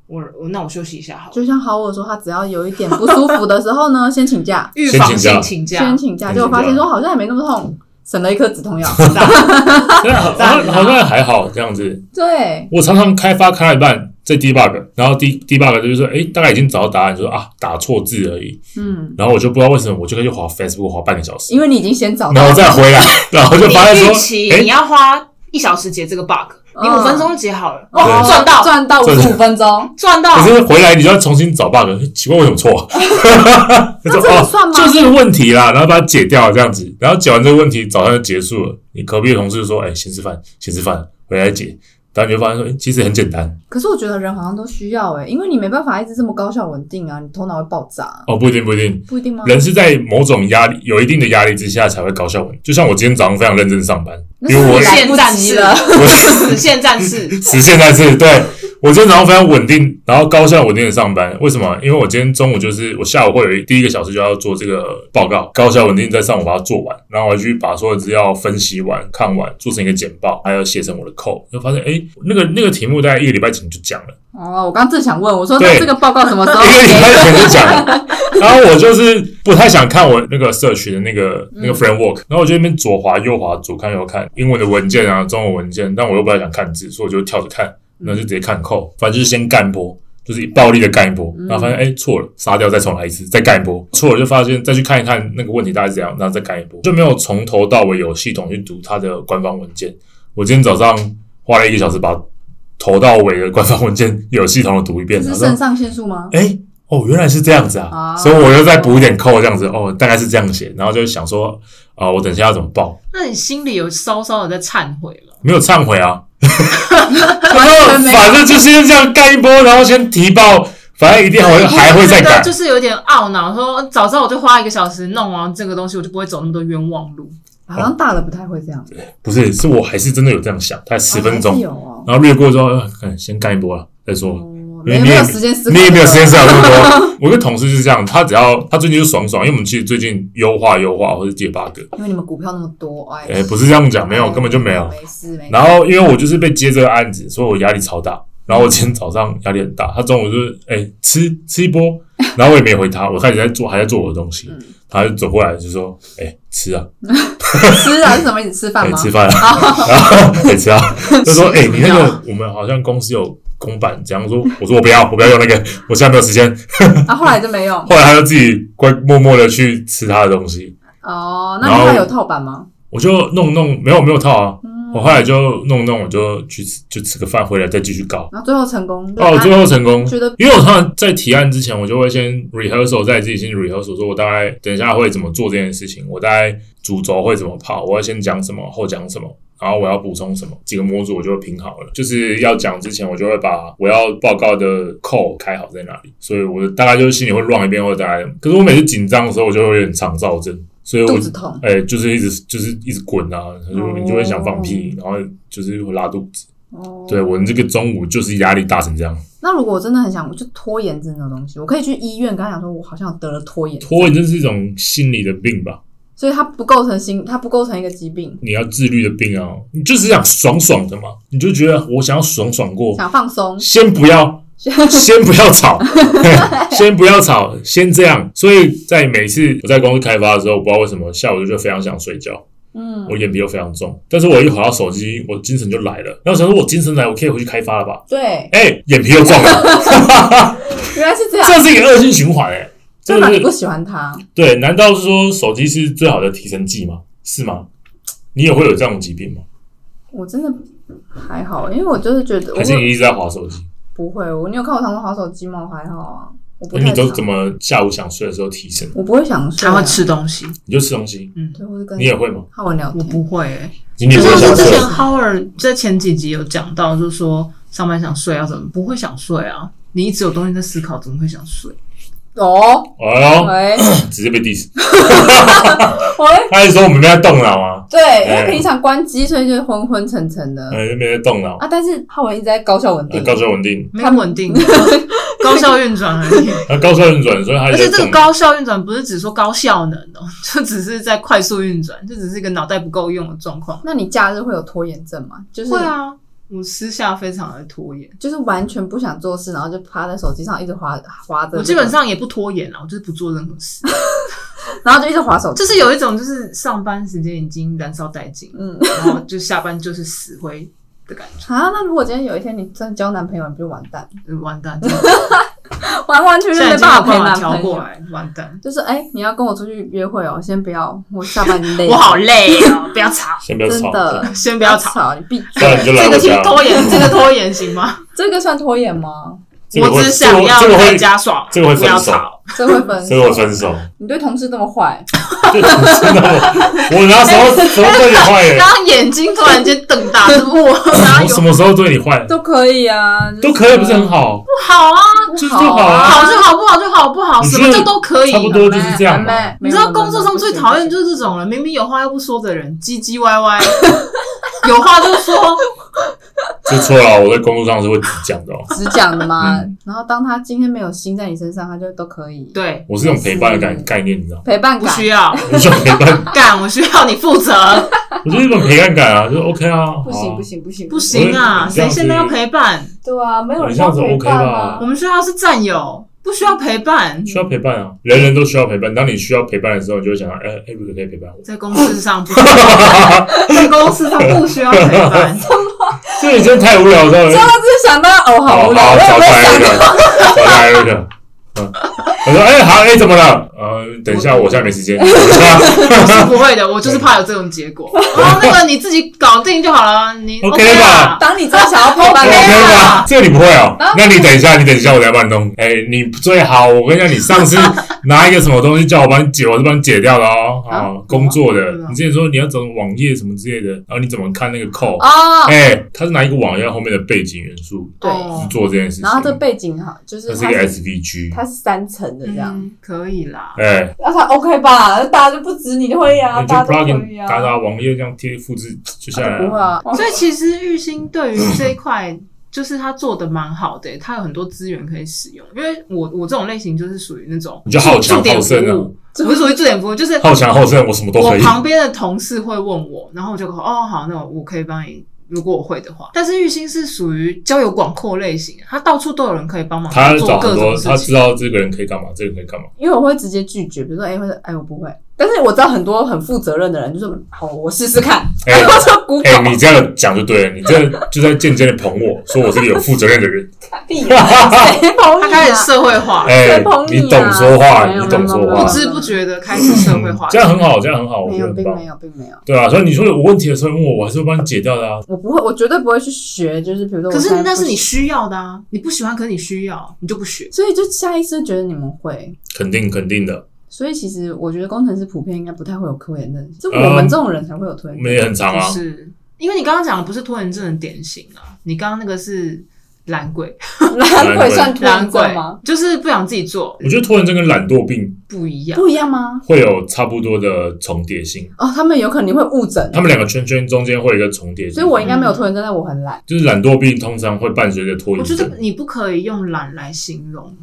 [SPEAKER 2] 我我那我休息一下好了。
[SPEAKER 3] 就像好我说，他只要有一点不舒服的时候呢，先请假，
[SPEAKER 2] 预
[SPEAKER 1] 先
[SPEAKER 2] 防
[SPEAKER 1] 请假
[SPEAKER 2] 性请假嗯
[SPEAKER 3] 先，请假，
[SPEAKER 1] 先请假
[SPEAKER 3] 结果发现说好像也没那么痛，省了一颗止痛药。
[SPEAKER 1] [LAUGHS] 对啊好像好像还好这样子。
[SPEAKER 3] 对，
[SPEAKER 1] 我常常开发开到一半在 debug，然后 d debug 就是说，哎、大概已经找到答案，就说啊打错字而已。
[SPEAKER 3] 嗯，
[SPEAKER 1] 然后我就不知道为什么，我就可以去滑 Facebook 滑半个小时，
[SPEAKER 3] 因为你已经先找
[SPEAKER 1] 然
[SPEAKER 3] 到
[SPEAKER 1] 后再
[SPEAKER 3] [LAUGHS]
[SPEAKER 1] 回来，然后就发现
[SPEAKER 2] 你预
[SPEAKER 1] 说，
[SPEAKER 2] 期你
[SPEAKER 1] 哎，
[SPEAKER 2] 要花一小时解这个 bug，你
[SPEAKER 3] 嗯
[SPEAKER 2] 五分钟解好了，
[SPEAKER 3] 哦
[SPEAKER 2] 哇，哦赚到
[SPEAKER 3] 赚到五
[SPEAKER 1] 赚到
[SPEAKER 3] 十五分
[SPEAKER 1] [LAUGHS]
[SPEAKER 3] 钟，
[SPEAKER 2] 赚到
[SPEAKER 1] 可！是回来你就要重新找 bug，诶奇怪为什
[SPEAKER 3] [LAUGHS]
[SPEAKER 1] 么错？
[SPEAKER 3] 啊那
[SPEAKER 1] 说
[SPEAKER 3] 这个算吗？
[SPEAKER 1] 哦就是问题啦，然后把它解掉这样子，然后解完这个问题，早上就结束了。你隔壁的同事就说，哎，先吃饭，先吃饭，回来解。但你会发现说，诶，其实很简单
[SPEAKER 3] 可是我觉得人好像都需要哎、因为你没办法一直这么高效稳定啊，你头脑会爆炸、
[SPEAKER 1] 哦，不一定不一定，
[SPEAKER 3] 不一定吗？
[SPEAKER 1] 人是在某种压力有一定的压力之下才会高效稳定。就像我今天早上非常认真上班，
[SPEAKER 3] 那
[SPEAKER 1] 因
[SPEAKER 3] 是啊
[SPEAKER 1] 为我
[SPEAKER 3] 你来
[SPEAKER 2] 线战士
[SPEAKER 3] 来，
[SPEAKER 2] 死线战士，
[SPEAKER 1] 实现在是对我今天早上非常稳定，然后高效稳定的上班。为什么？因为我今天中午就是我下午会有一第一个小时就要做这个报告，高效稳定在上午把它做完，然后我去把所有资料分析完、看完，做成一个简报，还有写成我的扣，就发现诶，那个那个题目大概一个礼拜前就讲了，
[SPEAKER 3] [LAUGHS] 哦，我刚刚正想问，我说
[SPEAKER 1] 对
[SPEAKER 3] 那这个报告什么
[SPEAKER 1] [LAUGHS]
[SPEAKER 3] 时候 [LAUGHS]
[SPEAKER 1] 一个礼
[SPEAKER 3] 给？
[SPEAKER 1] 拜前就讲了。然后我就是不太想看我那个社群的那个那个 framework，、然后我就在那边左滑右滑，左看右看英文的文件啊，中文文件，但我又不太想看字，所以我就跳着看，然后就直接看扣，反正就是先干一波。就是暴力的干一波，然后发现哎错了，杀掉再重来一次，再干一波，错了就发现再去看一看那个问题大概是怎样，然后再干一波，就没有从头到尾有系统去读它的官方文件。我今天早上花了一个小时把头到尾的官方文件有系统的读一遍，
[SPEAKER 3] 不是
[SPEAKER 1] 然后
[SPEAKER 3] 肾上腺素吗？
[SPEAKER 1] 哎、哦，原来是这样子啊，
[SPEAKER 3] 啊
[SPEAKER 1] 所以我又再补一点扣这样子，哦，大概是这样写，然后就想说，啊、我等一下要怎么报？
[SPEAKER 2] 那你心里有稍稍的在忏悔吗？
[SPEAKER 1] 没有忏
[SPEAKER 3] [LAUGHS]
[SPEAKER 1] 悔啊，
[SPEAKER 3] 完全没有
[SPEAKER 1] 反正就先这样干一波，然后先提报，反正一定还会还会再
[SPEAKER 2] 觉
[SPEAKER 1] 改
[SPEAKER 2] 得，就是有点懊恼，说嗯早知道我就花一个小时弄完这个东西，我就不会走那么多冤枉路。
[SPEAKER 1] 哦
[SPEAKER 3] 好像大了不太会这样，
[SPEAKER 1] 不是，是我还是真的有这样想，才十分
[SPEAKER 3] 还
[SPEAKER 1] 钟
[SPEAKER 3] 是，有哦。
[SPEAKER 1] 然后略过之后，呃嗯，先干一波了再说。
[SPEAKER 3] 哦
[SPEAKER 1] 因为
[SPEAKER 3] 没
[SPEAKER 1] 你也
[SPEAKER 3] 没有时间思考，
[SPEAKER 1] 你也没有时间思考那
[SPEAKER 3] 嗯
[SPEAKER 1] 么多。我一个同事就是这样，他只要他最近就爽爽，因为我们其实最近优化优化或者解 bug，
[SPEAKER 3] 因为你们股票那么多，哎，
[SPEAKER 1] 哎、不是这样讲，没
[SPEAKER 3] 哦
[SPEAKER 1] 有，根本就没有。
[SPEAKER 3] 没事没事。
[SPEAKER 1] 然后因为我就是被接这个案子，所以我压力超大。然后我今天早上压力很大，他中午就是哎、吃吃一波，然后我也没回他，我开始在做还在做我的东西，
[SPEAKER 3] 嗯
[SPEAKER 1] 他就走过来就说哎、吃啊，
[SPEAKER 3] 吃啊是什么意思？吃
[SPEAKER 1] 哎、
[SPEAKER 3] 饭吗？
[SPEAKER 1] 吃饭啊，然
[SPEAKER 3] 哦
[SPEAKER 1] 后 [LAUGHS] 哎、
[SPEAKER 3] [LAUGHS]
[SPEAKER 1] 吃啊，他说哎、
[SPEAKER 2] 吃什么
[SPEAKER 1] 你那
[SPEAKER 2] 药
[SPEAKER 3] 啊
[SPEAKER 1] 个我们好像公司有公版，这样说我说我不要我不要用那个，我现在没有时间。
[SPEAKER 3] 啊，后来就没有。
[SPEAKER 1] 后来他就自己乖默默的去吃他的东西，
[SPEAKER 3] 哦，那
[SPEAKER 1] 然
[SPEAKER 3] 你
[SPEAKER 1] 后
[SPEAKER 3] 后来有套版吗？
[SPEAKER 1] 我就弄弄没有没有套啊，
[SPEAKER 3] 嗯
[SPEAKER 1] 我后来就弄弄我就去吃就吃个饭回来再继续搞。
[SPEAKER 3] 然后最后成功。
[SPEAKER 1] 哦，最后成功。
[SPEAKER 3] 觉得
[SPEAKER 1] 因为我通常在提案之前，我就会先 rehearsal，在自己先 rehearsal，说我大概等一下会怎么做这件事情，我大概主轴会怎么跑，我要先讲什么，后讲什么。然后我要补充什么？几个模组我就会拼好了。就是要讲之前，我就会把我要报告的扣开好在哪里，所以我大概就是心里会乱一遍，或者大概。可是我每次紧张的时候，我就会有点肠燥症，所以我
[SPEAKER 3] 肚子痛
[SPEAKER 1] 哎、就是一直就是一直滚啊，就你就会想放屁，然后就是会拉肚子。
[SPEAKER 3] 哦，
[SPEAKER 1] 对我这个中午就是压力大成这样。
[SPEAKER 3] 那如果我真的很想，我就拖延症这种东西，我可以去医院跟他讲说，我好像得了拖延症，
[SPEAKER 1] 拖延症是一种心理的病吧？
[SPEAKER 3] 所以它不构成心，它不构成一个疾病，
[SPEAKER 1] 你要自律的病啊！你就是想爽爽的嘛，你就觉得我想要爽爽过，
[SPEAKER 3] 想放松。
[SPEAKER 1] 先
[SPEAKER 3] [LAUGHS]
[SPEAKER 1] 不要，先不要吵， [LAUGHS] 先不要吵，先这样。所以在每次我在公司开发的时候，不知道为什么下午就觉得非常想睡觉，
[SPEAKER 3] 嗯，
[SPEAKER 1] 我眼皮又非常重，但是我一滑到手机，我精神就来了。然后我想说，我精神来，我可以回去开发了吧？
[SPEAKER 3] 对，
[SPEAKER 1] 哎、眼皮又重
[SPEAKER 3] [LAUGHS]
[SPEAKER 1] 了，
[SPEAKER 3] 原来是这样。
[SPEAKER 1] 这是一个恶性循环哎、
[SPEAKER 3] 就
[SPEAKER 1] 这
[SPEAKER 3] 嘛，
[SPEAKER 1] 个
[SPEAKER 3] 你
[SPEAKER 1] 是
[SPEAKER 3] 不喜欢他，
[SPEAKER 1] 对，难道是说手机是最好的提神剂吗？是吗？你也会有这种疾病吗？
[SPEAKER 3] 我真的还好，因为我就是觉得我
[SPEAKER 1] 还是你一直在划手机？
[SPEAKER 3] 不会，我你有看我常常滑手机吗？我还好啊，我不
[SPEAKER 1] 那
[SPEAKER 3] 太
[SPEAKER 1] 哎你都
[SPEAKER 3] 常
[SPEAKER 1] 怎么下午想睡的时候提神？
[SPEAKER 3] 我不会想睡、
[SPEAKER 2] 然
[SPEAKER 3] 啊，
[SPEAKER 2] 后吃东西，
[SPEAKER 1] 你就吃东西，
[SPEAKER 3] 对，或者跟
[SPEAKER 1] 你也会吗？
[SPEAKER 3] 浩文聊
[SPEAKER 2] 我
[SPEAKER 3] 天，
[SPEAKER 2] 不会、欸。
[SPEAKER 1] 你也
[SPEAKER 2] 就
[SPEAKER 1] 不会想
[SPEAKER 2] 像是之前
[SPEAKER 1] 睡？
[SPEAKER 2] Howard 在前几集有讲到，就是说上班想睡要怎么，不会想睡啊。你一直有东西在思考，怎么会想睡？
[SPEAKER 3] 哦，
[SPEAKER 1] 哎呦，
[SPEAKER 3] 喂， [COUGHS]
[SPEAKER 2] 嗯
[SPEAKER 1] 直接被 diss。
[SPEAKER 3] 喂，
[SPEAKER 1] 他还说我们没在动脑啊，
[SPEAKER 3] 对，因
[SPEAKER 1] 哎
[SPEAKER 3] 为平常关机，所以就是昏昏沉沉的、
[SPEAKER 1] 哎，没在动脑，
[SPEAKER 3] 啊。但是浩文一直在高效稳
[SPEAKER 1] 呃
[SPEAKER 2] 嗯
[SPEAKER 3] 定，
[SPEAKER 1] 高效稳定，
[SPEAKER 2] 没有稳 [LAUGHS] 定，高效运转而已。
[SPEAKER 1] [LAUGHS] 那高效运转，所以他
[SPEAKER 2] 而
[SPEAKER 1] 也
[SPEAKER 2] 且
[SPEAKER 1] 在
[SPEAKER 2] 这个
[SPEAKER 1] 动。
[SPEAKER 2] 高效运转不是只说高效能哦，就只是在快速运转，就只是一个脑袋不够用的状况。
[SPEAKER 3] 那你假日会有拖延症吗？就是
[SPEAKER 2] 会啊，我私下非常的拖延，
[SPEAKER 3] 就是完全不想做事，然后就趴在手机上一直滑滑着这个，
[SPEAKER 2] 我基本上也不拖延啊，我就是不做任何事，
[SPEAKER 3] 哦然后就一直滑手机，
[SPEAKER 2] 就是有一种就是上班时间已经燃烧殆尽，
[SPEAKER 3] 嗯
[SPEAKER 2] 然后就下班就是死灰的感觉，
[SPEAKER 3] 啊。那如果今天有一天你真的交男朋友，你不就完蛋， [LAUGHS]
[SPEAKER 2] 就是完蛋，真的
[SPEAKER 3] 完完全
[SPEAKER 2] 现
[SPEAKER 3] 全
[SPEAKER 2] 在
[SPEAKER 3] 没
[SPEAKER 2] 已
[SPEAKER 3] 办法
[SPEAKER 2] 经没有
[SPEAKER 3] 陪
[SPEAKER 2] 办法
[SPEAKER 3] 男
[SPEAKER 2] 调
[SPEAKER 3] 朋
[SPEAKER 2] 过
[SPEAKER 3] 友。
[SPEAKER 2] 来，完蛋，，
[SPEAKER 3] 就是哎、你要跟我出去约会哦，先不要，我下班累
[SPEAKER 1] [LAUGHS]
[SPEAKER 2] 我好累哦，不要吵，
[SPEAKER 1] 先不要
[SPEAKER 3] 真
[SPEAKER 1] 吵，
[SPEAKER 3] 的，
[SPEAKER 2] 先
[SPEAKER 3] 不
[SPEAKER 2] 不要吵。
[SPEAKER 3] 吵，你闭
[SPEAKER 1] [LAUGHS] 不
[SPEAKER 3] 嘴。
[SPEAKER 1] 然你就来
[SPEAKER 2] 这
[SPEAKER 1] 我
[SPEAKER 2] 个其
[SPEAKER 1] 家
[SPEAKER 2] 实。拖延，这个拖延行吗？
[SPEAKER 3] [LAUGHS] 这个算拖延吗？
[SPEAKER 1] 这个
[SPEAKER 2] 我
[SPEAKER 1] 会
[SPEAKER 2] 只想
[SPEAKER 1] 这
[SPEAKER 2] 要
[SPEAKER 1] 个
[SPEAKER 2] 在
[SPEAKER 1] 会
[SPEAKER 2] 家爽，
[SPEAKER 1] 这个会
[SPEAKER 2] 不要
[SPEAKER 1] 分手
[SPEAKER 2] 吵。
[SPEAKER 3] 这会分
[SPEAKER 1] 所以我分
[SPEAKER 2] [LAUGHS]
[SPEAKER 1] 手。
[SPEAKER 3] 你对同事这么坏，
[SPEAKER 1] 就真的，我哪时候什么对你坏
[SPEAKER 2] 哎然
[SPEAKER 1] 了？
[SPEAKER 2] 后眼睛突然间瞪大，是我哪
[SPEAKER 1] 我
[SPEAKER 2] 有
[SPEAKER 1] 什么时候对你坏？
[SPEAKER 3] 都可以啊，就是
[SPEAKER 1] 都可以，不是很好，
[SPEAKER 2] 好啊？
[SPEAKER 1] 就是
[SPEAKER 3] 好
[SPEAKER 1] 不好啊，
[SPEAKER 2] 好就好，不好就好，不好
[SPEAKER 1] 你
[SPEAKER 2] 什
[SPEAKER 1] 觉
[SPEAKER 2] 么
[SPEAKER 1] 得
[SPEAKER 2] 就都可以。
[SPEAKER 1] 差不多就是这样
[SPEAKER 3] 很
[SPEAKER 1] 嘛。
[SPEAKER 3] 美
[SPEAKER 2] 你知道工作上最讨厌就是这种人，明明有话又不说的人，唧唧歪歪，有话就说。
[SPEAKER 1] 就错了，我在工作上是会直讲的哦， [LAUGHS]
[SPEAKER 3] 只讲的嘛。然后当他今天没有心在你身上，他就都可以
[SPEAKER 2] 对，
[SPEAKER 1] 我是这种陪伴的概概念，你知道吗？
[SPEAKER 3] 陪伴
[SPEAKER 2] 不
[SPEAKER 3] 感。[LAUGHS]
[SPEAKER 2] 需要
[SPEAKER 1] 我是这种陪伴，
[SPEAKER 2] 干，我需要你负责。
[SPEAKER 1] 我就是一种陪伴感
[SPEAKER 3] [LAUGHS]
[SPEAKER 1] 啊，就是 OK 啊，
[SPEAKER 3] 不
[SPEAKER 1] 好
[SPEAKER 3] 行
[SPEAKER 1] 啊
[SPEAKER 3] 不，行不行
[SPEAKER 2] 不行啊，
[SPEAKER 1] 我觉得你这样子
[SPEAKER 2] 谁现在要陪伴？
[SPEAKER 3] 对啊，没有人
[SPEAKER 1] 这样子
[SPEAKER 3] 要陪
[SPEAKER 1] OK
[SPEAKER 3] 伴
[SPEAKER 1] 吧
[SPEAKER 2] 我
[SPEAKER 3] 啊。
[SPEAKER 2] 们需要是战友，不需要陪
[SPEAKER 1] [LAUGHS]
[SPEAKER 2] 伴。
[SPEAKER 1] 需要陪伴啊，人人都需要陪伴。当你需要陪伴的时候，你就会想到，哎、哎，如果可以陪伴我，
[SPEAKER 2] 在公司上不需要，在公司上不需要陪伴。
[SPEAKER 1] [LAUGHS] 这你真的太无聊了。
[SPEAKER 3] 他只是想到哦，好无聊，我
[SPEAKER 1] 好好，
[SPEAKER 3] 也
[SPEAKER 1] 少
[SPEAKER 3] 没有
[SPEAKER 1] 来一
[SPEAKER 3] 想
[SPEAKER 1] 个
[SPEAKER 3] 到，
[SPEAKER 1] 少来一
[SPEAKER 3] [LAUGHS]
[SPEAKER 1] 个。嗯，我说，哎、好，哎、怎么了？呃，等一下，我现在没时间。
[SPEAKER 3] 啊
[SPEAKER 2] 我是不会的，我就是怕有这
[SPEAKER 1] [LAUGHS]
[SPEAKER 2] 种结果。哦，那个你自己搞定就好了，你
[SPEAKER 1] OK
[SPEAKER 2] 啦
[SPEAKER 1] 吧。
[SPEAKER 3] 当你真的想要陪伴
[SPEAKER 1] OK
[SPEAKER 3] 的时候，
[SPEAKER 1] 吧，啊这个你不会哦
[SPEAKER 3] 啊。
[SPEAKER 1] 那你等一下，你等一下，我来帮你弄。哎、你最好，我跟你讲，你上次拿一个什么东西叫我帮你解，我是帮你解掉了哦。啊
[SPEAKER 3] 啊，
[SPEAKER 1] 工作的
[SPEAKER 2] 什么，
[SPEAKER 1] 你之前说你要找网页什么之类的，然后你怎么看那个扣？
[SPEAKER 3] 哦，
[SPEAKER 1] 哎、他是拿一个网页后面的背景元素
[SPEAKER 3] 对
[SPEAKER 1] 去做这件事情。
[SPEAKER 3] 哦然后这背景哈，就是
[SPEAKER 1] 它是一
[SPEAKER 3] 它
[SPEAKER 1] 个
[SPEAKER 3] 是
[SPEAKER 1] SVG，
[SPEAKER 3] 它是三层的这样，
[SPEAKER 2] 嗯，可以啦。
[SPEAKER 1] 哎、
[SPEAKER 3] 那他 OK 吧？大家就不止你会啊，
[SPEAKER 1] 你就
[SPEAKER 3] 大家都
[SPEAKER 1] plugin
[SPEAKER 3] 会啊，
[SPEAKER 1] 打打网页这样贴复制就下来
[SPEAKER 3] 不
[SPEAKER 1] 了。
[SPEAKER 3] 会啊，
[SPEAKER 2] 所以其实玉兴对于这一块， [COUGHS] 就是他做的蛮好的、欸他有很多资源可以使用。因为我我这种类型就是属于那种
[SPEAKER 1] 你就好强
[SPEAKER 2] 驻点
[SPEAKER 1] 好
[SPEAKER 2] 服
[SPEAKER 1] 胜啊
[SPEAKER 2] 务，我不是属于驻点服务，就是
[SPEAKER 1] 好强好胜，我什么都
[SPEAKER 2] 我
[SPEAKER 1] 可以。
[SPEAKER 2] 旁边的同事会问我，然后我就哦好，那我我可以帮你，如果我会的话。但是玉兴是属于交友广阔类型，他到处都有人可以帮忙
[SPEAKER 1] 他
[SPEAKER 2] 做
[SPEAKER 1] 找
[SPEAKER 2] 各
[SPEAKER 1] 很
[SPEAKER 2] 种
[SPEAKER 1] 多，他
[SPEAKER 2] 事
[SPEAKER 1] 知
[SPEAKER 2] 情。
[SPEAKER 1] 道这个人可以干嘛，这个人可以干嘛。
[SPEAKER 3] 因为我会直接拒绝，比如说哎，或者哎我不会，但是我知道很多很负责任的人就是好，我试试看，
[SPEAKER 1] 哎
[SPEAKER 3] [LAUGHS] 然后就 g o
[SPEAKER 1] 哎、你这样讲就对了，你这就在间接的捧我，说我是个有负责任的人。
[SPEAKER 3] 屁
[SPEAKER 2] [LAUGHS]
[SPEAKER 3] 啊，谁捧
[SPEAKER 2] 他
[SPEAKER 3] 你
[SPEAKER 2] 开始
[SPEAKER 3] 啊？
[SPEAKER 2] 社会化，
[SPEAKER 1] 哎、
[SPEAKER 3] 谁捧你啊
[SPEAKER 1] 你懂说话，
[SPEAKER 3] 没有
[SPEAKER 1] 你懂说
[SPEAKER 3] 没有没有
[SPEAKER 1] 话
[SPEAKER 3] 没有，
[SPEAKER 2] 不知不觉的开始社会化
[SPEAKER 1] 嗯，这样很好，这样很好，我
[SPEAKER 3] 没
[SPEAKER 1] 觉
[SPEAKER 3] 有，
[SPEAKER 1] 得很
[SPEAKER 3] 并没
[SPEAKER 1] 棒。
[SPEAKER 3] 有，并没有，
[SPEAKER 1] 对啊，所以你说有问题的时候问我，我还是会帮你解掉的啊。
[SPEAKER 3] 我不会，我绝对不会去学，就是比如说，
[SPEAKER 2] 可是那是你，需要的啊，你不喜欢，可是你需要，你就不学。
[SPEAKER 3] 所以就下意识觉得你们会。
[SPEAKER 1] 肯定肯定的，
[SPEAKER 3] 所以其实我觉得工程师普遍应该不太会有拖延症，是我
[SPEAKER 1] 嗯
[SPEAKER 3] 们这种人才会有拖
[SPEAKER 1] 我
[SPEAKER 3] 延
[SPEAKER 1] 们
[SPEAKER 3] 症。
[SPEAKER 1] 也很长啊
[SPEAKER 2] 就。是因为你刚刚讲的不是拖延症的典型啊，你刚刚那个是懒
[SPEAKER 3] [LAUGHS]
[SPEAKER 2] 鬼，
[SPEAKER 3] 懒鬼算拖
[SPEAKER 2] 懒
[SPEAKER 3] 延
[SPEAKER 2] 鬼
[SPEAKER 3] 症吗？
[SPEAKER 2] 就是不想自己做，
[SPEAKER 1] 我觉得拖延症跟懒惰病
[SPEAKER 2] 不一
[SPEAKER 3] [LAUGHS]
[SPEAKER 2] 样。
[SPEAKER 3] 不一样吗？
[SPEAKER 1] 会有差不多的重叠性，
[SPEAKER 3] 哦，他们有可能会误诊，
[SPEAKER 1] 他们两个圈圈中间会有一个重叠性。
[SPEAKER 3] 所以我应该没有拖延症，但我很懒。
[SPEAKER 1] 就是懒惰病通常会伴随着拖
[SPEAKER 2] 我
[SPEAKER 1] 延
[SPEAKER 2] 觉得
[SPEAKER 1] 症。
[SPEAKER 2] 你不可以用懒来形容